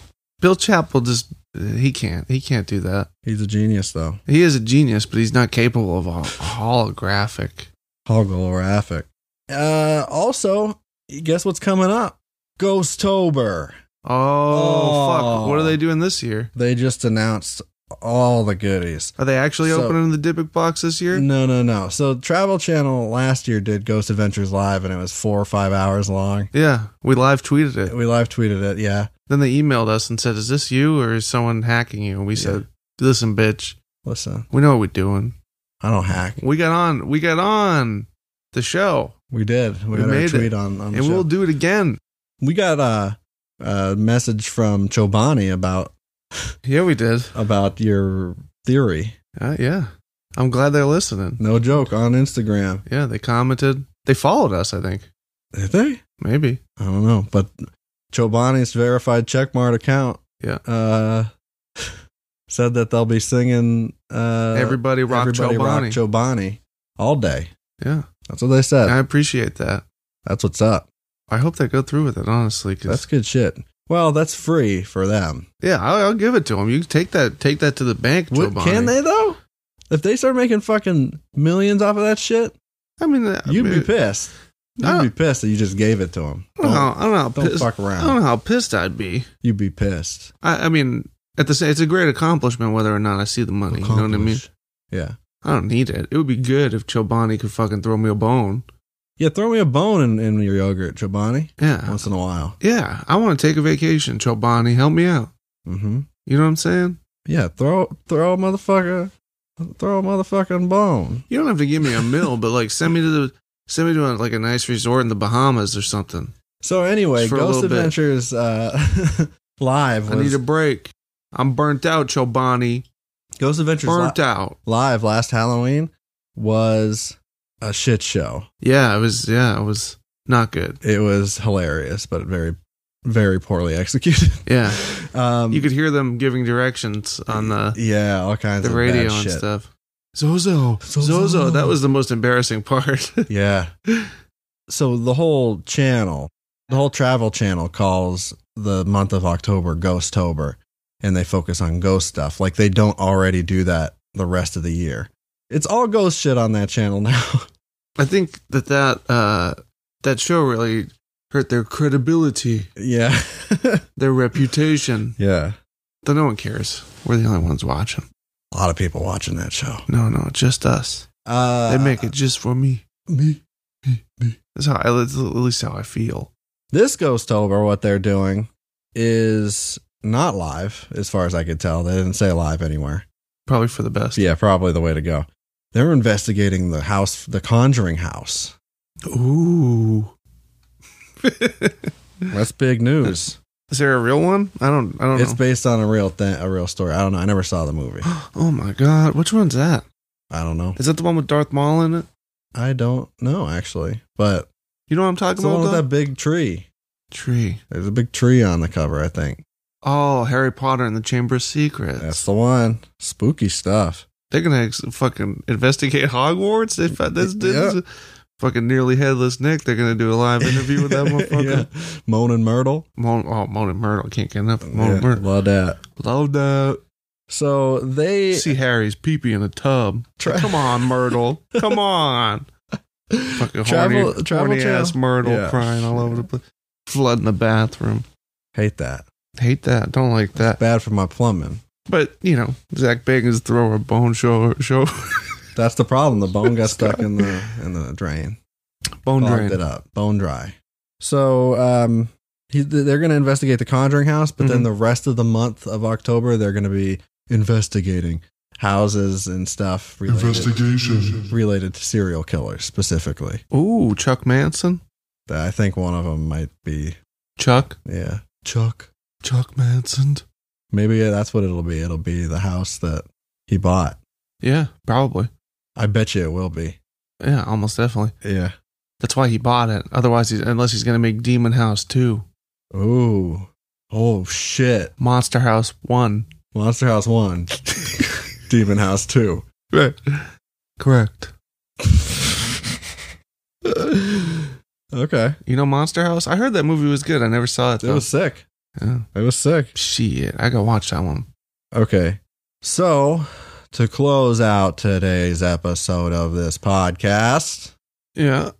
B: Bill Chappell just. He can't. He can't do that.
A: He's a genius, though.
B: He is a genius, but he's not capable of a holographic.
A: Holographic. Uh, also, guess what's coming up? Ghosttober.
B: Oh, fuck! What are
A: Oh.
B: they doing this year?
A: They just announced all the goodies.
B: Are they actually
A: So-
B: opening the Dybbuk box this year?
A: No, no, no. So Travel Channel last year did Ghost Adventures Live, and it was four or five hours long.
B: Yeah, we live tweeted it.
A: We live tweeted it. Yeah,
B: Then they emailed us and said, "Is this you or is someone hacking you?" And we said, "Listen, bitch,
A: listen,
B: we know what we're doing.
A: I don't hack.
B: We got on. We got on the show,
A: We did. We,
B: We
A: got
B: made
A: a tweet
B: it.
A: on, on the
B: and
A: show.
B: we'll do it again."
A: we got a, a message from Chobani about
B: Yeah, we did.
A: about your theory.
B: Uh, yeah, I'm glad they're listening.
A: No joke on Instagram.
B: Yeah, they commented. They followed us. I think
A: Did they?
B: maybe.
A: I don't know, but Chobani's verified checkmark account.
B: Yeah.
A: Uh, said that they'll be singing. Uh,
B: everybody rock
A: everybody rock
B: Chobani.
A: Chobani all day.
B: yeah,
A: That's what they said.
B: I appreciate that.
A: That's what's up.
B: I hope they go through with it. Honestly, 'cause-
A: That's good shit. Well, that's free for them.
B: yeah, I'll, I'll give it to them. You can take that. Take that to the bank,
A: What,
B: Chobani.
A: can they though? If they start making fucking millions off of that shit,
B: I mean, uh,
A: you'd
B: I
A: be
B: mean,
A: pissed. You'd
B: I
A: be pissed that you just gave it to them.
B: I don't know.
A: Don't,
B: how- I don't know. How
A: don't
B: pissed,
A: fuck
B: I don't
A: around.
B: know how pissed I'd be.
A: You'd be pissed.
B: I, I mean, at the same, it's a great accomplishment whether or not I see the money. You know what I mean?
A: Accomplish. Yeah.
B: I don't need it. It would be good if Chobani could fucking throw me a bone.
A: Yeah, throw me a bone in, in your yogurt, Chobani,
B: Yeah,
A: once in a while.
B: yeah. I want to take a vacation. Chobani, help me out.
A: hmm
B: You know what I'm saying?
A: Yeah, throw throw a motherfucker, throw a motherfucking bone.
B: You don't have to give me a mill, but like send me to the send me to uh, like a nice resort in the Bahamas or something.
A: So anyway,
B: Just for a
A: Ghost
B: little bit.
A: Adventures uh, live.
B: I need
A: was-
B: a break. I'm burnt out, Chobani.
A: Ghost Adventures Li-
B: Burnt out.
A: live last Halloween was a shit show.
B: Yeah, it was. Yeah, it was not good.
A: It was hilarious, but very, very poorly executed.
B: Yeah,
A: Um,
B: you could hear them giving directions on the
A: yeah, all kinds
B: the
A: of
B: radio
A: bad
B: and
A: shit.
B: stuff. Zozo.
A: Zozo.
B: Zozo. That was the most embarrassing part.
A: Yeah. So the whole channel, the whole travel channel calls the month of October Ghosttober and they focus on ghost stuff. Like they don't already do that the rest of the year. It's all ghost shit on that channel now.
B: I think that that uh, that show really hurt their credibility,
A: yeah.
B: their reputation.
A: yeah.
B: Though no one cares. We're the only ones watching.
A: A lot of people watching that show.
B: No, no, just us.
A: Uh,
B: They make it just for me. Me, me, me. That's how I, that's at least how I
A: Uh,
B: feel.
A: This Ghosttober, what they're doing is not live, as far as I could tell. They didn't say live anywhere.
B: Probably for the best.
A: Yeah, probably the way to go. They're investigating the house, the Conjuring house.
B: Ooh.
A: That's big news.
B: Is there a real one? I don't. I don't
A: It's
B: know.
A: based on a real thing, a real story. I don't know. I never saw the movie.
B: oh my god! Which one's that?
A: I don't know.
B: Is that the one with Darth Maul in it?
A: I don't know actually, but
B: You know what I'm talking
A: it's the one
B: about?
A: with
B: though?
A: that big tree.
B: tree.
A: There's a big tree on the cover. I think
B: Oh, Harry Potter and the Chamber of Secrets.
A: that's the one. Spooky stuff.
B: They're gonna ex- fucking investigate Hogwarts. If I- this, this
A: Yeah.
B: is fucking nearly headless Nick, they're gonna do a live interview with that motherfucker.
A: yeah. Moan and Myrtle.
B: Mon- oh, Mona Myrtle can't get enough. of Mona
A: Yeah,
B: Myrtle.
A: Love that.
B: Love that.
A: So they
B: See Harry's peepee in a tub.
A: Tra-
B: Come on, Myrtle. Come on. Fucking
A: Travel-
B: horny,
A: Travel
B: horny ass
A: Channel.
B: Myrtle
A: Yeah.
B: crying all over the place, flooding the bathroom.
A: hate that.
B: Hate that. Don't like that.
A: Bad for my plumbing.
B: But you know, Zach Bagans throw a bone show show
A: That's the problem. The bone got stuck in the in the drain.
B: bone
A: Fogged
B: drain.
A: it up, bone dry. So um, he, th- they're going to investigate the Conjuring house, but then
B: Mhm.
A: the rest of the month of October, they're going to be investigating houses and stuff related,
F: Investigation.
A: related to serial killers specifically.
B: Ooh, Chuck Manson.
A: That I think one of them might be,
B: Chuck.
A: yeah, Chuck.
B: Chuck Manson.
A: Maybe that's what it'll be. It'll be the house that he bought.
B: Yeah, probably.
A: I bet you it will be.
B: Yeah, almost definitely.
A: Yeah.
B: That's why he bought it. Otherwise, he's, unless he's going to make Demon House 2,
A: Ooh. Oh shit.
B: Monster House 1.
A: Monster House 1, Demon House 2.
B: Right. Correct.
A: Okay.
B: You know Monster House? I heard that movie was good. I never saw it
A: It
B: though.
A: was sick.
B: Yeah.
A: It was sick.
B: Shit. I gotta watch that one.
A: Okay. So, to close out today's episode of this podcast,
B: Yeah.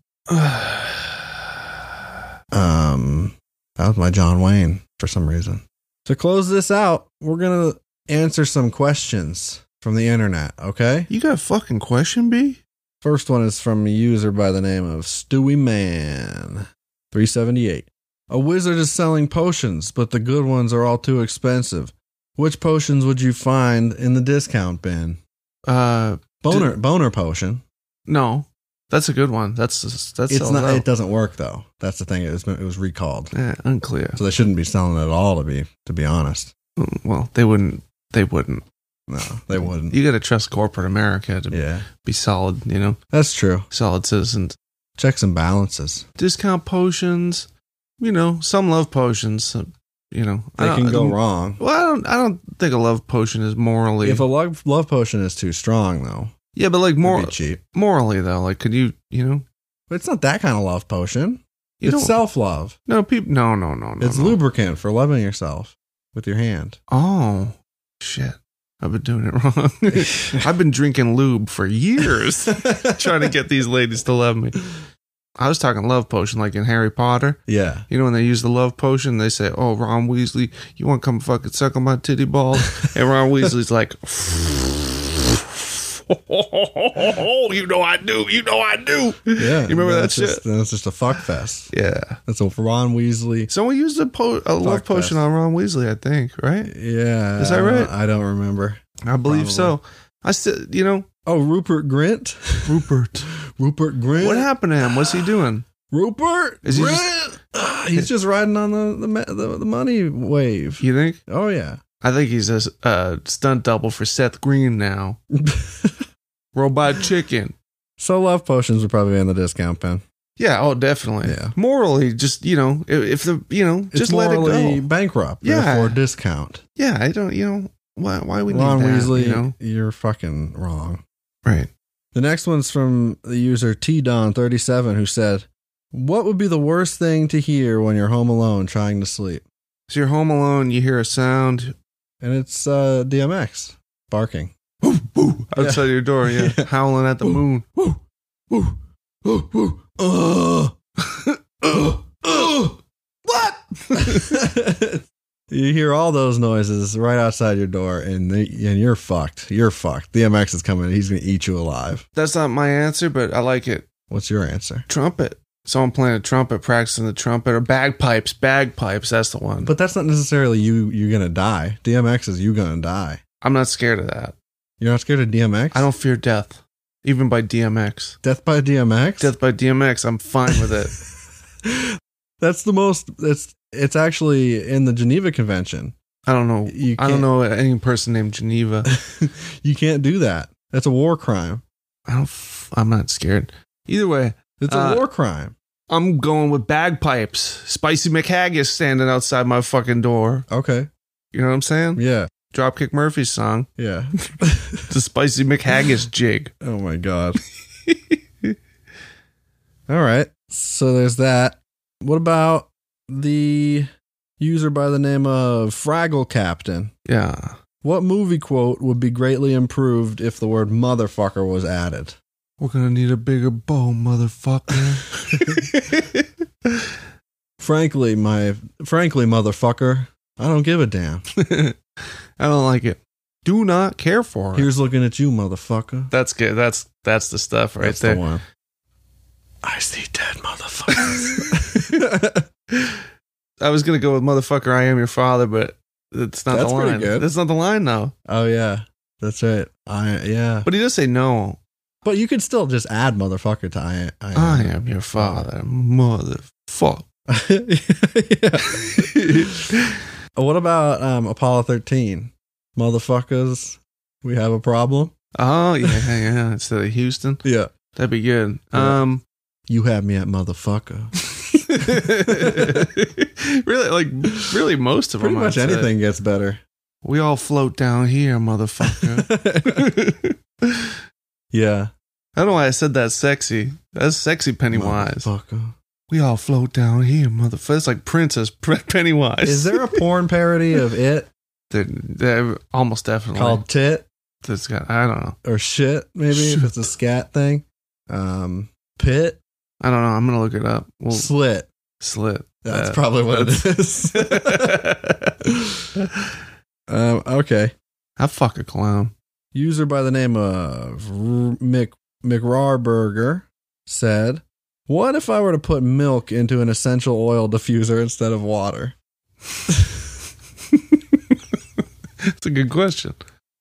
A: um, that was my John Wayne for some reason. To close this out, we're going to answer some questions from the internet, okay?
B: you got a fucking question, B?
A: First one is from a user by the name of Stewie Man 378. A wizard is selling potions, but the good ones are all too expensive. Which potions would you find in the discount bin?
B: Uh
A: Boner boner potion.
B: no. That's a good one. That's that's
A: It's not. It
B: out.
A: doesn't work though. That's the thing. It was, it was recalled,
B: Eh, unclear.
A: so they shouldn't be selling it at all. To be to be honest,
B: Mm, Well, they wouldn't they wouldn't.
A: no, they wouldn't.
B: You gotta trust corporate America to
A: Yeah,
B: be solid, you know,
A: that's true.
B: solid citizens.
A: Checks and balances.
B: Discount potions, you know, some love potions. some- You know, I
A: They
B: don't-
A: can go wrong.
B: Well, I don't. I don't think a love potion is morally.
A: If a love, love potion is too strong, though,
B: yeah, but like
A: more
B: more
A: cheap.
B: morally though, like could you you know
A: But it's not that kind of love potion.
B: you
A: it's
B: don't Mm-hmm.
A: self love.
B: no people no no no no
A: it's
B: no.
A: lubricant for loving yourself with your hand.
B: Oh shit! I've been doing it wrong. I've been drinking lube for years, trying to get these ladies to love me. I was talking love potion, like in Harry Potter.
A: Yeah.
B: You know when they use the love potion, they say, "Oh, Ron Weasley, you want to come fucking suck on my titty balls?" And Ron Weasley's like, "Oh, you know I do. You know I do."
A: Yeah.
B: you remember that
A: that's
B: shit?
A: Just, that's just a fuck fest.
B: yeah.
A: That's a Ron Weasley.
B: Someone used a, po- a love
A: Fuck fest.
B: potion on Ron Weasley, I think. Right?
A: Yeah.
B: Is that
A: I don't-
B: right?
A: I don't remember.
B: I believe so. I still, you know,
A: Oh, Rupert Grint.
B: Rupert.
A: Rupert Grint.
B: What happened to him? What's he doing?
A: Rupert
B: Is he
A: Grint.
B: just-
A: Ah, he's just riding on the the, ma- the the money wave.
B: You think?
A: Oh yeah.
B: I think he's a uh, stunt double for Seth Green now. Robot Chicken.
A: So love potions would probably be in the discount bin.
B: Yeah, oh, definitely.
A: Yeah.
B: Morally, just, you know, if, if the, you know,
A: It's
B: just let it
A: morally
B: go.
A: bankrupt.
B: Yeah.
A: Therefore discount.
B: Yeah, I don't, you know, why, why we
A: Ron
B: need that,
A: Weasley,
B: you know?
A: you're fucking wrong.
B: Right.
A: The next one's from the user T Don 37 who said, "What would be the worst thing to hear when you're home alone trying to sleep?"
B: So you're home alone, you hear a sound
A: And it's uh, DMX barking.
B: outside your door, yeah,
A: Yeah.
B: howling at the
A: Woo.
B: moon.
A: Woo, woo, woo, woo. Uh, uh, uh. What? you hear all those noises right outside your door, and they, and you're fucked. You're fucked. DMX is coming. He's gonna eat you alive.
B: That's not my answer, but I like it.
A: What's your answer?
B: Trumpet. Someone playing a trumpet, practicing the trumpet, or bagpipes, bagpipes, that's the one.
A: But that's not necessarily you. You're gonna die. DMX is you gonna die.
B: I'm not scared of that.
A: You're not scared of DMX.
B: I don't fear death, even by DMX.
A: Death by DMX.
B: Death by DMX, I'm fine with it.
A: That's the most. It's it's actually in the Geneva Convention.
B: I don't know.
A: You
B: I don't
A: can't-
B: know any person named Geneva.
A: you can't do that. That's a war crime.
B: I don't. F- I'm not scared. Either way,
A: It's a
B: Uh,
A: war crime.
B: I'm going with bagpipes. Spicy McHaggis standing outside my fucking door.
A: Okay.
B: You know what I'm saying?
A: Yeah.
B: Dropkick Murphy's song,
A: Yeah.
B: the Spicy McHaggis jig.
A: oh my god. All right. So there's that. What about the user by the name of Fraggle Captain?
B: Yeah.
A: What movie quote would be greatly improved if the word motherfucker was added?
B: We're gonna need a bigger bow, motherfucker.
A: Frankly, my frankly motherfucker, I don't give a damn.
B: I don't like it. Do not care for it.
A: Here's looking at you, motherfucker.
B: that's good. That's that's the stuff right
A: That's
B: there.
A: the one. I see dead motherfuckers.
B: I was gonna go with motherfucker. I am your father, but it's not
A: That's
B: the
A: pretty
B: line.
A: good.
B: That's not the line though.
A: oh yeah, that's right. I yeah,
B: But he does say no.
A: but you could still just add motherfucker to I. I,
B: I am your father, motherfucker.
A: yeah. what about um, Apollo thirteen? Motherfuckers, we have a problem.
B: Oh yeah, yeah, yeah. Instead of Houston,
A: Yeah,
B: that'd be good.
A: Yeah.
B: Um,
A: you have me at motherfucker.
B: really, like really, most of
A: Pretty
B: them.
A: much
B: I'd say.
A: anything gets better.
B: We all float down here, motherfucker.
A: yeah.
B: I don't know why I said that sexy. That's sexy Pennywise.
A: Motherfucker.
B: We all float down here, motherfucker. It's like Princess Pre- Pennywise.
A: Is there a porn parody of it
B: They're, they're almost definitely.
A: called Tit
B: This guy, I don't know.
A: or Shit? Maybe if it's a scat thing. Um, pit
B: I don't know. I'm gonna look it up. We'll
A: slit.
B: slit.
A: That's
B: Uh,
A: probably what it is. um, okay.
B: I fuck a clown.
A: User by the name of R- Mick McRarburger said, "What if I were to put milk into an essential oil diffuser instead of water?"
B: That's a good question.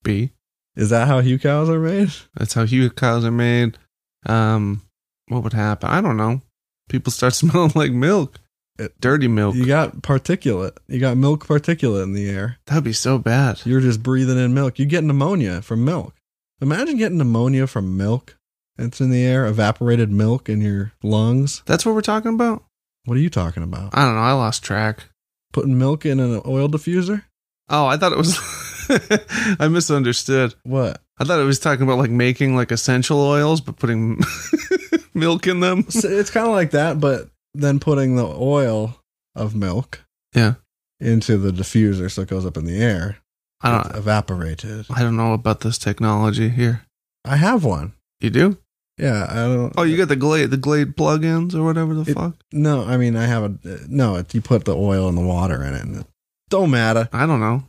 B: B.
A: Is that how hue cows are made?
B: That's how hue cows are made. Um, what would happen? I don't know. People start smelling like milk,
A: It-
B: dirty milk.
A: You got particulate. You got milk particulate in the air.
B: That'd be so bad.
A: You're just breathing in milk. You get pneumonia from milk. Imagine getting pneumonia from milk. It's in the air, evaporated milk in your lungs.
B: That's what we're talking about.
A: What are you talking about?
B: I don't know. I lost track.
A: Putting milk in an oil diffuser?
B: Oh, I thought it was. I misunderstood.
A: What?
B: I thought it was talking about like making like essential oils, but putting milk in them.
A: So it's kind of like that, but then putting the oil of milk
B: Yeah.
A: into the diffuser so it goes up in the air.
B: I don't.
A: It's evaporated.
B: I don't know about this technology here.
A: I have one.
B: You do?
A: Yeah, I don't.
B: Oh, you got the Glade, the Glade plugins or whatever the
A: It-
B: fuck.
A: No, I mean I have a no. It, you put the oil and the water in it. And it don't matter.
B: I don't know.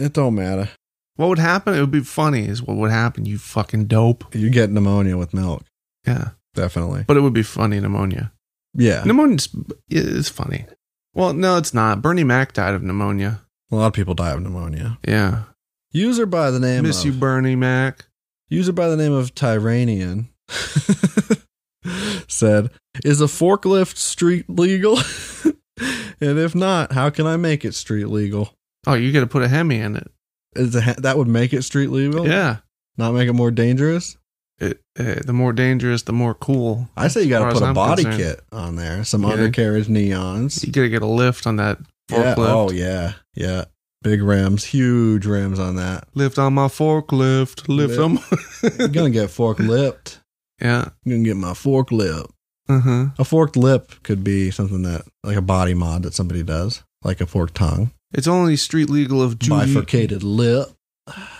A: It don't matter.
B: What would happen? It would be funny. Is what would happen? You fucking dope.
A: You get pneumonia with milk,
B: Yeah,
A: definitely.
B: but it would be funny pneumonia.
A: Yeah,
B: Pneumonia's is funny. Well, no, it's not. Bernie Mac died of pneumonia.
A: a lot of people die of pneumonia.
B: Yeah,
A: User by the name
B: miss
A: of,
B: you, Bernie Mac.
A: user by the name of Tyranian said, "Is a forklift street legal? and if not, how can I make it street legal?
B: Oh, you got to put a Hemi in it.
A: Is the, ha- that would make it street legal?
B: Yeah,
A: not make it more dangerous.
B: it, eh, the more dangerous, the more cool.
A: I say you got
B: As far
A: to
B: as
A: put a
B: I'm
A: body
B: concerned.
A: kit on there, some
B: Yeah.
A: undercarriage neons."
B: You got to get a lift on that
A: Yeah.
B: forklift.
A: Oh yeah, yeah. Big rims, huge rims on that.
B: Lift on my forklift. Lift
A: Lift.
B: on.
A: I'm
B: My
A: gonna get fork lipped.
B: yeah.
A: I'm gonna get my fork lip.
B: Uh huh.
A: A forked lip could be something that like a body mod that somebody does, like a forked tongue,
B: It's only street legal of Judy.
A: bifurcated lip.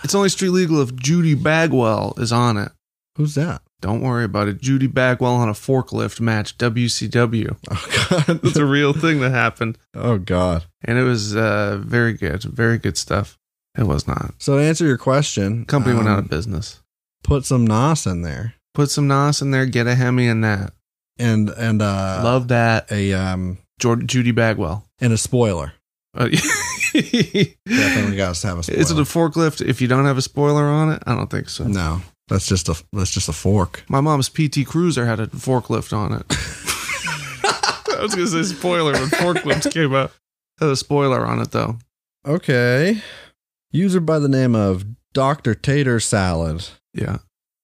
B: It's only street legal if Judy Bagwell is on it.
A: Who's that?
B: Don't worry about it. Judy Bagwell on a forklift match WCW.
A: Oh god.
B: That's a real thing that happened,
A: oh god.
B: and it was uh, very good, very good stuff. It was not.
A: So to answer your question,
B: Company went
A: um,
B: out of business.
A: Put some nos in there,
B: Put some nos in there. Get a Hemi in that.
A: and and uh,
B: Love that.
A: a um
B: Jordan, Judy Bagwell.
A: and a spoiler.
B: Uh,
A: Definitely got to have a spoiler.
B: Is it a forklift if you don't have a spoiler on it? I don't think so.
A: no, that's just a that's just a fork.
B: My mom's PT Cruiser had a forklift on it. I was gonna say spoiler when forklifts came up. Had a spoiler on it though.
A: Okay. User by the name of Dr. Tater Salad
B: Yeah.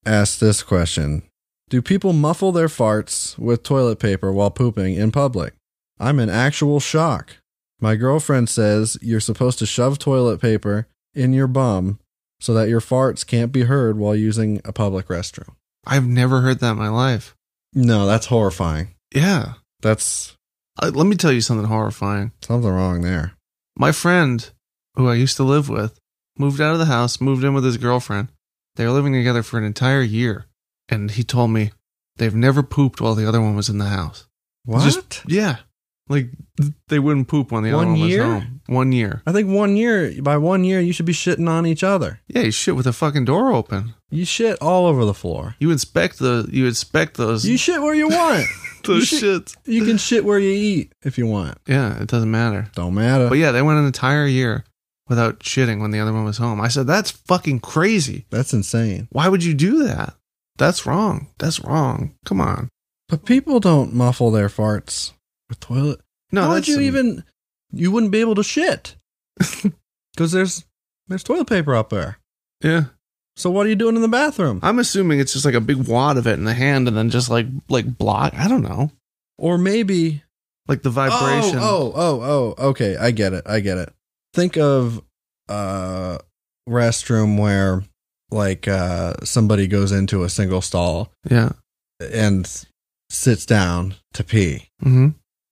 A: asked this question Do people muffle their farts with toilet paper while pooping in public? I'm in actual shock. My girlfriend says you're supposed to shove toilet paper in your bum so that your farts can't be heard while using a public restroom.
B: I've never heard that in my life.
A: No, that's horrifying.
B: Yeah.
A: That's
B: Uh, let me tell you something horrifying.
A: something wrong there.
B: My friend, who I used to live with, moved out of the house, moved in with his girlfriend. They were living together for an entire year, and he told me they've never pooped while the other one was in the house.
A: What?
B: Just- yeah. Like they wouldn't poop when the
A: One
B: other one
A: year?
B: was home. One year.
A: I think one year, by one year, you should be shitting on each other.
B: Yeah, you shit with the fucking door open.
A: You shit all over the floor.
B: You inspect the you inspect those
A: You shit where you want.
B: those
A: you
B: shits.
A: you can shit where you eat if you want.
B: Yeah, it doesn't matter.
A: Don't matter.
B: But yeah, they went an entire year without shitting when the other one was home. I said that's fucking crazy.
A: That's insane.
B: Why would you do that? That's wrong. That's wrong. Come on.
A: But people don't muffle their farts with toilet.
B: No,
A: How would
B: that's
A: you
B: some-
A: even? You wouldn't be able to shit because there's there's toilet paper up there.
B: Yeah,
A: So what are you doing in the bathroom?
B: I'm assuming it's just like a big wad of it in the hand, and then just like like block. I don't know,
A: Or maybe
B: like the vibration.
A: Oh, oh, oh, oh. Okay, I get it. I get it. Think of uh restroom where like uh somebody goes into a single stall
B: Yeah.
A: and s- sits down to pee,
B: Mm-hmm.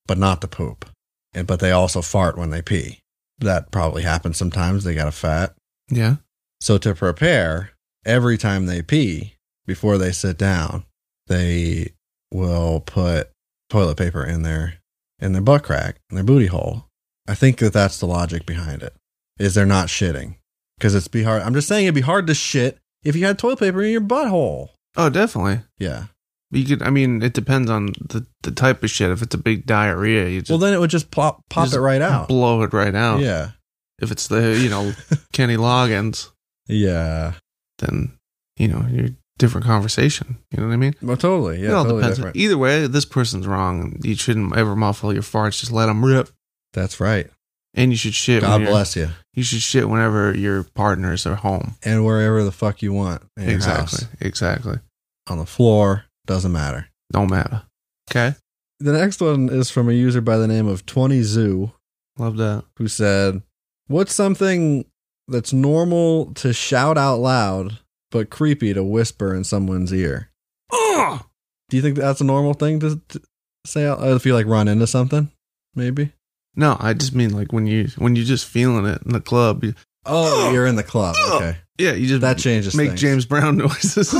A: but not to poop. And but they also fart when they pee. That probably happens sometimes. They got a fat.
B: Yeah.
A: So to prepare, every time they pee before they sit down, they will put toilet paper in their in their butt crack in their booty hole. I think that that's the logic behind it. Is they're not shitting because it's be hard. I'm just saying it'd be hard to shit if you had toilet paper in your butthole.
B: Oh, definitely.
A: Yeah.
B: You could. I mean, it depends on the, the type of shit. If it's a big diarrhea, you just
A: Well, then it would just plop pop
B: just
A: it right out.
B: blow it right out.
A: Yeah.
B: If it's the you know Kenny Loggins,
A: Yeah.
B: then you know you're different conversation. You know what I mean?
A: Well, totally. Yeah.
B: it all
A: totally
B: depends.
A: different.
B: Either way, this person's wrong. You shouldn't ever muffle your farts. Just let them rip.
A: That's right.
B: And you should shit.
A: God
B: when you're-
A: bless you.
B: You should shit whenever your partners are home.
A: And wherever the fuck you want. In your
B: exactly.
A: house.
B: Exactly.
A: On the floor. Doesn't matter.
B: Don't matter. Okay.
A: The next one is from a user by the name of 20zoo
B: Love that.
A: who said, What's something that's normal to shout out loud, but creepy to whisper in someone's ear?
B: Ugh!
A: Do you think that's a normal thing to, to say out loud if you like run into something? Maybe?
B: No, I just mean like when you when you're just feeling it in the club. you-
A: Oh, you're in the club. Okay.
B: yeah, you just
A: That changes
B: make
A: things.
B: James Brown noises.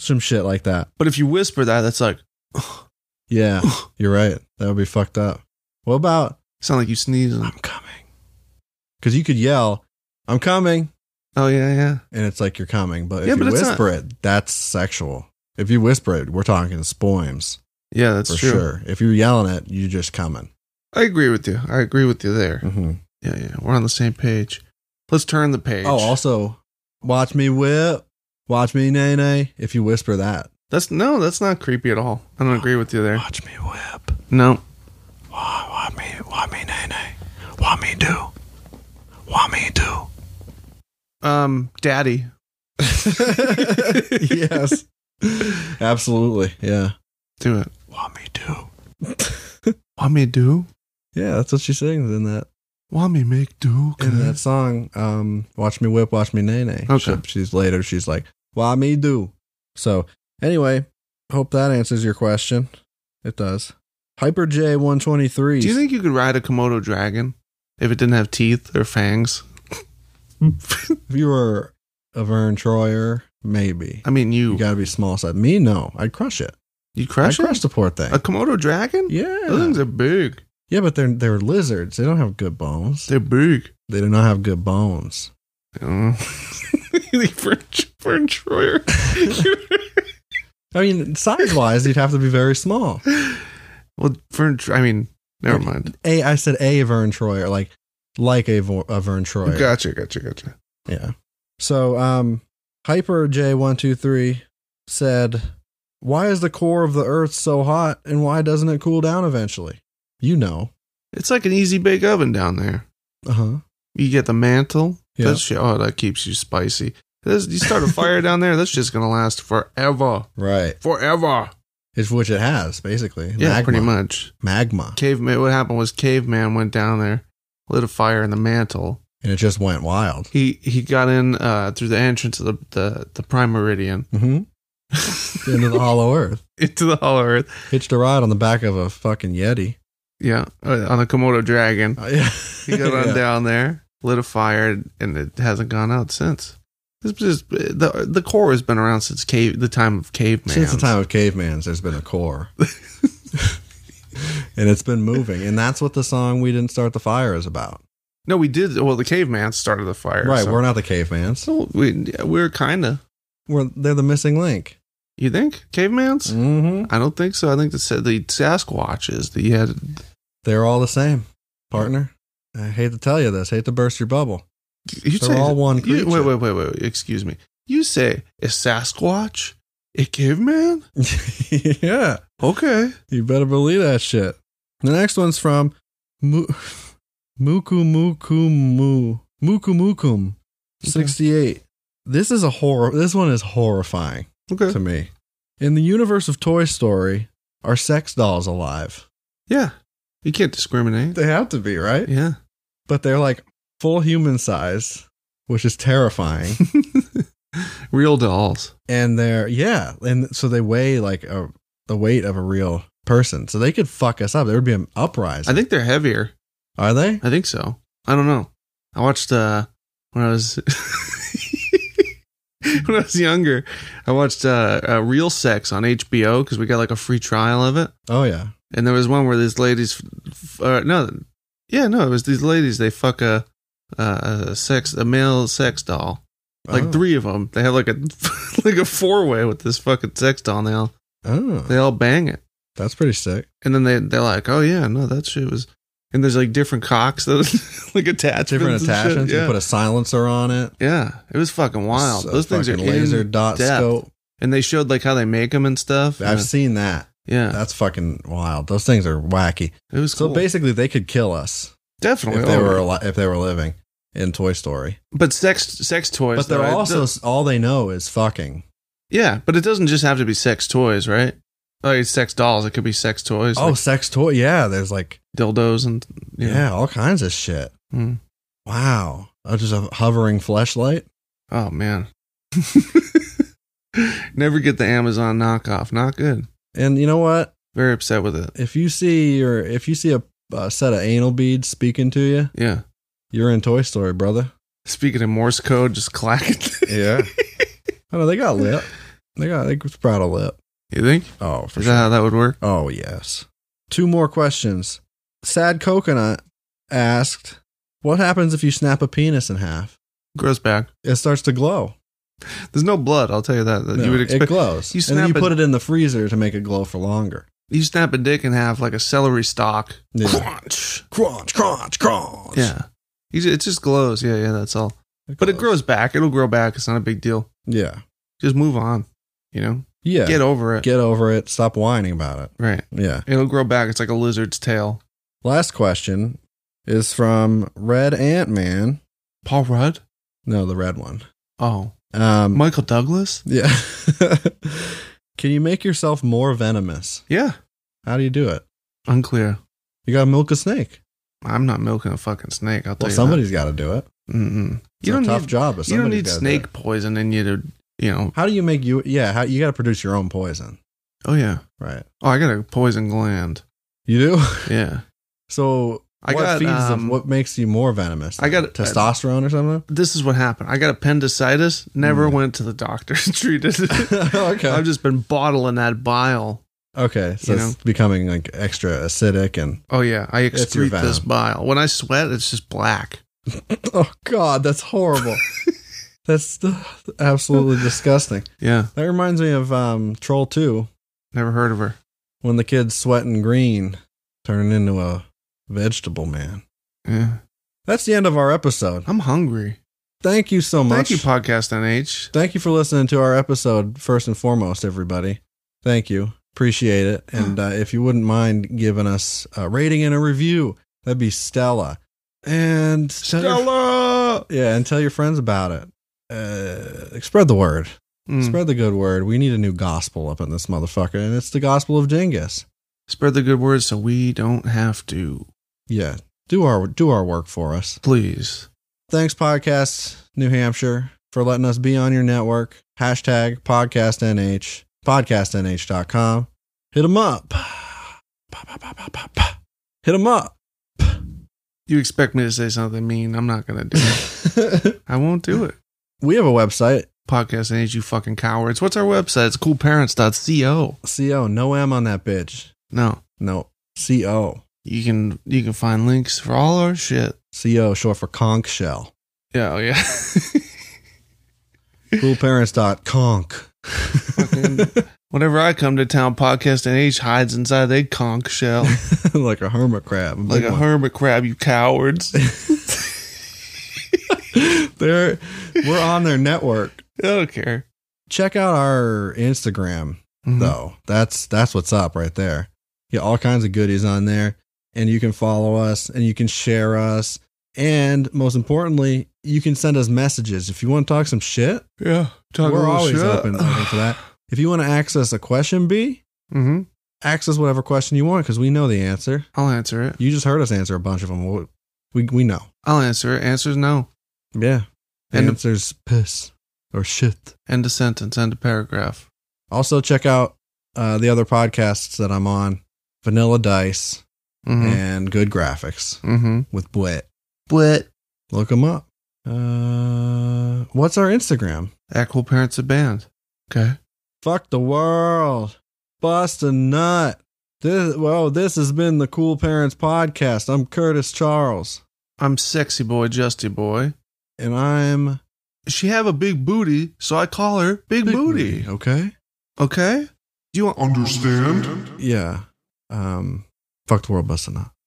A: Some shit like that.
B: but if you whisper that, that's like
A: Yeah, you're right. That would be fucked up. What about
B: sound like you sneezing.
A: coming? Because you could yell, "I'm coming,"
B: Oh yeah, yeah.
A: and it's like you're coming. But if
B: Yeah,
A: you
B: but it's not-
A: whisper it, that's sexual. If you whisper it, we're talking spoims
B: Yeah, that's
A: for
B: true.
A: sure. If you're yelling it, you're just coming.
B: I agree with you. I agree with you there.
A: Mm-hmm.
B: Yeah, yeah. We're on the same page. Let's turn the page.
A: Oh, also, watch me whip, watch me nay nay. If you whisper that,
B: that's no, that's not creepy at all. I don't agree with you there.
A: watch me whip,
B: No.
A: watch me, watch me nay nay, watch me do, watch me do.
B: Um, daddy.
A: yes. Absolutely. Yeah.
B: Do it.
A: Want me to.
B: Want me do?
A: Yeah, that's what she sings in that
B: Want me make do?
A: in that song. Um, watch me whip, watch me nay nay.
B: Mm-hmm. Okay.
A: She- she's later, she's like, Why me do? So anyway, hope that answers your question. It does. Hyper J one twenty three.
B: Do you think you could ride a Komodo dragon if it didn't have teeth or fangs?
A: if you were a Vern Troyer, maybe.
B: I mean, you
A: You gotta be small size. Me, no. I'd crush it.
B: you
A: I'd
B: crush it?
A: crush the poor thing.
B: a Komodo dragon? Those
A: yeah.
B: things are big.
A: Yeah, but they're they're lizards. They don't have good bones.
B: They're big.
A: They do not have good bones.
B: Mm. French, French Troyer.
A: I mean, size wise, you'd have to be very small.
B: well, French. I mean, never mind.
A: A, I said a Vern Troyer, like like a, Vo- a Vern Troyer.
B: Gotcha, gotcha, gotcha.
A: Yeah. So, um, Hyper J one two three said, "Why is the core of the Earth so hot, and why doesn't it cool down eventually?" You know.
B: It's like an easy bake oven down there.
A: Uh huh.
B: You get the mantle.
A: Yeah.
B: That shit. Oh, that keeps you spicy. This, you start a fire down there. That's just gonna last forever,
A: Right.
B: forever.
A: It's which it has basically.
B: Yeah,
A: Magma.
B: pretty much.
A: Magma,
B: Caveman. What happened was caveman went down there, lit a fire in the mantle.
A: and it just went wild.
B: He he got in uh, through the entrance of the the, the prime meridian
A: Mm-hmm. Into the Hollow Earth.
B: into the hollow earth.
A: Hitched a ride on the back of a fucking Yeti.
B: Yeah, uh, on a Komodo dragon.
A: Oh, yeah.
B: He got on
A: Yeah.
B: down there, lit a fire, and it hasn't gone out since. This is the the core has been around since cave the time of caveman.
A: Since the time of cavemans, there's been a core. and it's been moving. And that's what the song We Didn't Start the Fire is about.
B: No, we did. Well, the caveman started the fire.
A: right.
B: so-
A: We're not the cavemans.
B: So we we're kind of.
A: We're, they're the missing link.
B: You think cavemans?
A: Mm-hmm.
B: I don't think so. I think the sa- the Sasquatches that you had.
A: They're all the same, partner. I hate to tell you this. Hate to burst your bubble.
B: You
A: They're all one
B: you- wait,
A: creature.
B: wait, wait, wait, wait. Excuse me. You say a Sasquatch, a caveman?
A: yeah.
B: Okay.
A: You better believe that shit. The next one's from Mu- Mukumukumu Mukumukum 68. This is a horror. This one is horrifying
B: Okay.
A: to me. In the universe of Toy Story, are sex dolls alive?
B: yeah. You can't discriminate.
A: They have to be, right?
B: Yeah.
A: But they're like full human size, which is terrifying.
B: Real dolls.
A: and they're yeah, and so they weigh like a, the weight of a real person, so they could fuck us up. There would be an uprising.
B: I think they're heavier.
A: Are they?
B: I think so. I don't know. I watched uh when I was when I was younger. I watched uh, uh Real Sex on HBO because we got like a free trial of it,
A: Oh yeah.
B: and there was one where these ladies, f- uh, no, yeah, no, it was these ladies. They fuck a uh, a sex a male sex doll, like
A: oh.
B: three of them. They have like a like a four way with this fucking sex doll. And they all
A: Oh,
B: they all bang it,
A: that's pretty sick.
B: and then they they're like, oh yeah, no, that shit was. And there's like different cocks that like attachments. and
A: Different
B: shit,
A: attachments.
B: yeah.
A: You put a silencer on it.
B: Yeah, it was fucking wild.
A: So
B: Those things are
A: fucking laser
B: in
A: dot
B: depth.
A: scope.
B: and they showed like how they make them and stuff.
A: I've
B: Yeah.
A: seen that.
B: yeah,
A: That's fucking wild. Those things are wacky.
B: it was
A: So
B: cool.
A: basically, they could kill us
B: definitely.
A: if they
B: oh,
A: were ali- if they were living in Toy Story.
B: but sex sex toys.
A: But they're
B: though, it
A: also
B: does-
A: all they know is fucking.
B: yeah, but it doesn't just have to be sex toys, right? Like it's sex dolls. It could be sex toys.
A: oh,
B: like
A: sex toy. Yeah, there's like
B: dildos and
A: yeah. Hmm.
B: yeah.
A: all kinds of shit.
B: Mm.
A: Wow, oh, just a hovering fleshlight.
B: Oh man, never get the Amazon knockoff. Not good.
A: And you know what?
B: Very upset with it.
A: If you see your if you see a, a set of anal beads speaking to you,
B: Yeah.
A: you're in Toy Story, brother.
B: Speaking of Morse code, just clacking.
A: Yeah. I know they got lip. They got they sprout a lip.
B: you think?
A: Oh, for
B: Is
A: sure.
B: that how that would work?
A: Oh, yes. Two more questions. Sad Coconut asked, What happens if you snap a penis in half?
B: Grows back.
A: It starts to glow.
B: There's no blood. I'll tell you that. that
A: No,
B: you would expect.
A: it glows.
B: you
A: and then you
B: snap it-
A: put it in the freezer to make it glow for longer.
B: You snap a dick in half like a celery stalk.
A: Yeah.
B: Crunch.
A: Crunch, crunch, crunch.
B: Yeah. You ju- It just glows. Yeah, yeah, that's all. But it
A: glows.
B: grows back. It'll grow back. It's not a big deal.
A: Yeah.
B: Just move on. You know?
A: Yeah.
B: Get over it.
A: Get over it. Stop whining about it.
B: right.
A: Yeah.
B: It'll grow back. It's like a lizard's tail.
A: Last question is from Red Ant Man.
B: Paul Rudd?
A: No, the red one.
B: Oh.
A: Um,
B: Michael Douglas?
A: yeah. Can you make yourself more venomous?
B: Yeah.
A: How do you do it?
B: Unclear.
A: You gotta milk a snake.
B: I'm not milking a fucking snake. I'll tell
A: Well,
B: you.
A: somebody's got to do it.
B: That. Mm-mm.
A: It's
B: You
A: a
B: don't
A: tough
B: need,
A: job, but
B: you don't
A: somebody's
B: need
A: gotta do
B: snake
A: it.
B: poison in you to, you know.
A: How do you make you? Yeah, how, you got to produce your own poison,
B: Oh, yeah.
A: right?
B: Oh, I got a poison gland.
A: You do.
B: Yeah.
A: So
B: I
A: what
B: got,
A: feeds
B: um,
A: them? What makes you more venomous?
B: I got-
A: testosterone or something.
B: this is what happened. I got appendicitis, never
A: Mm.
B: went to the doctor and treated it.
A: okay.
B: I've just been bottling that bile.
A: okay. So
B: you
A: it's becoming like extra acidic and
B: Oh yeah, I
A: It's your
B: excrete this
A: venom.
B: bile. When I sweat, it's just black.
A: oh god, that's horrible. that's uh, absolutely disgusting.
B: Yeah,
A: That reminds me of um, Troll Two
B: never heard of her.
A: when the kid's sweating green, turning into a vegetable man.
B: Yeah.
A: That's the end of our episode.
B: I'm hungry.
A: Thank you so much.
B: Thank you, podcast NH.
A: Thank you for listening to our episode, first and foremost, everybody. Thank you. Appreciate it.
B: Ah.
A: And uh, if you wouldn't mind giving us a rating and a review, that'd be Stella. And tell your-
B: Stella.
A: yeah, and tell your friends about it. Uh, spread the word.
B: Mm. Spread-,
A: Spread the good word. We need a new gospel up in this motherfucker, and it's the gospel of Genghis.
B: the good word so we don't have to.
A: Yeah, do our do our work for us.
B: Please.
A: Thanks, Podcasts New Hampshire, for letting us be on your network. Hashtag Podcast NH, podcastnh.com. Hit them up. Pa, pa, pa, pa, pa, pa. Hit them up.
B: You expect me to say something mean? I'm not gonna do it. I won't do it.
A: we have a website,
B: Podcast NH, you fucking cowards. What's our website? It's coolparents.co.
A: CO. No M on that bitch.
B: No.
A: No, CO.
B: You can you can find links for all our shit.
A: CO, short for conch shell.
B: Yeah, oh, yeah.
A: Coolparents.conk.
B: Whenever I come to town, podcast and H hides inside they conch shell
A: like a hermit crab.
B: like a hermit crab. You cowards!
A: They're, we're on their network.
B: I don't care.
A: Check out our Instagram.
B: Mhm.
A: though. That's that's what's up right there. Yeah, all kinds of goodies on there, and you can follow us, and you can share us, and most importantly, you can send us messages if you want to talk some shit.
B: Yeah, talk a
A: we're
B: little
A: always
B: shit.
A: open, open for that. If you want to access a question, B,
B: Mhm.
A: ask us whatever question you want because we know the answer.
B: I'll answer it.
A: You just heard us answer a bunch of them. We we, we know.
B: I'll answer it. Answer's no.
A: Yeah. The
B: And-
A: answer's piss or shit.
B: End of sentence. End of paragraph.
A: Also, check out uh, the other podcasts that I'm on Vanilla Dice
B: Mm-hmm.
A: and Good Graphics
B: Mm-hmm.
A: with Bwit.
B: But
A: Look them up. Uh, what's our Instagram?
B: Equal parents of band. Okay.
A: Fuck the world. Bust a nut. This, whoa, this has been the Cool Parents Podcast. I'm Curtis Charles,
B: I'm sexy boy, justy boy.
A: and I'm
B: She have a big booty, so I call her Big, booty.
A: Okay,
B: Okay. Do you want?
F: Understand?
A: yeah. Um, fuck the world, bust a nut.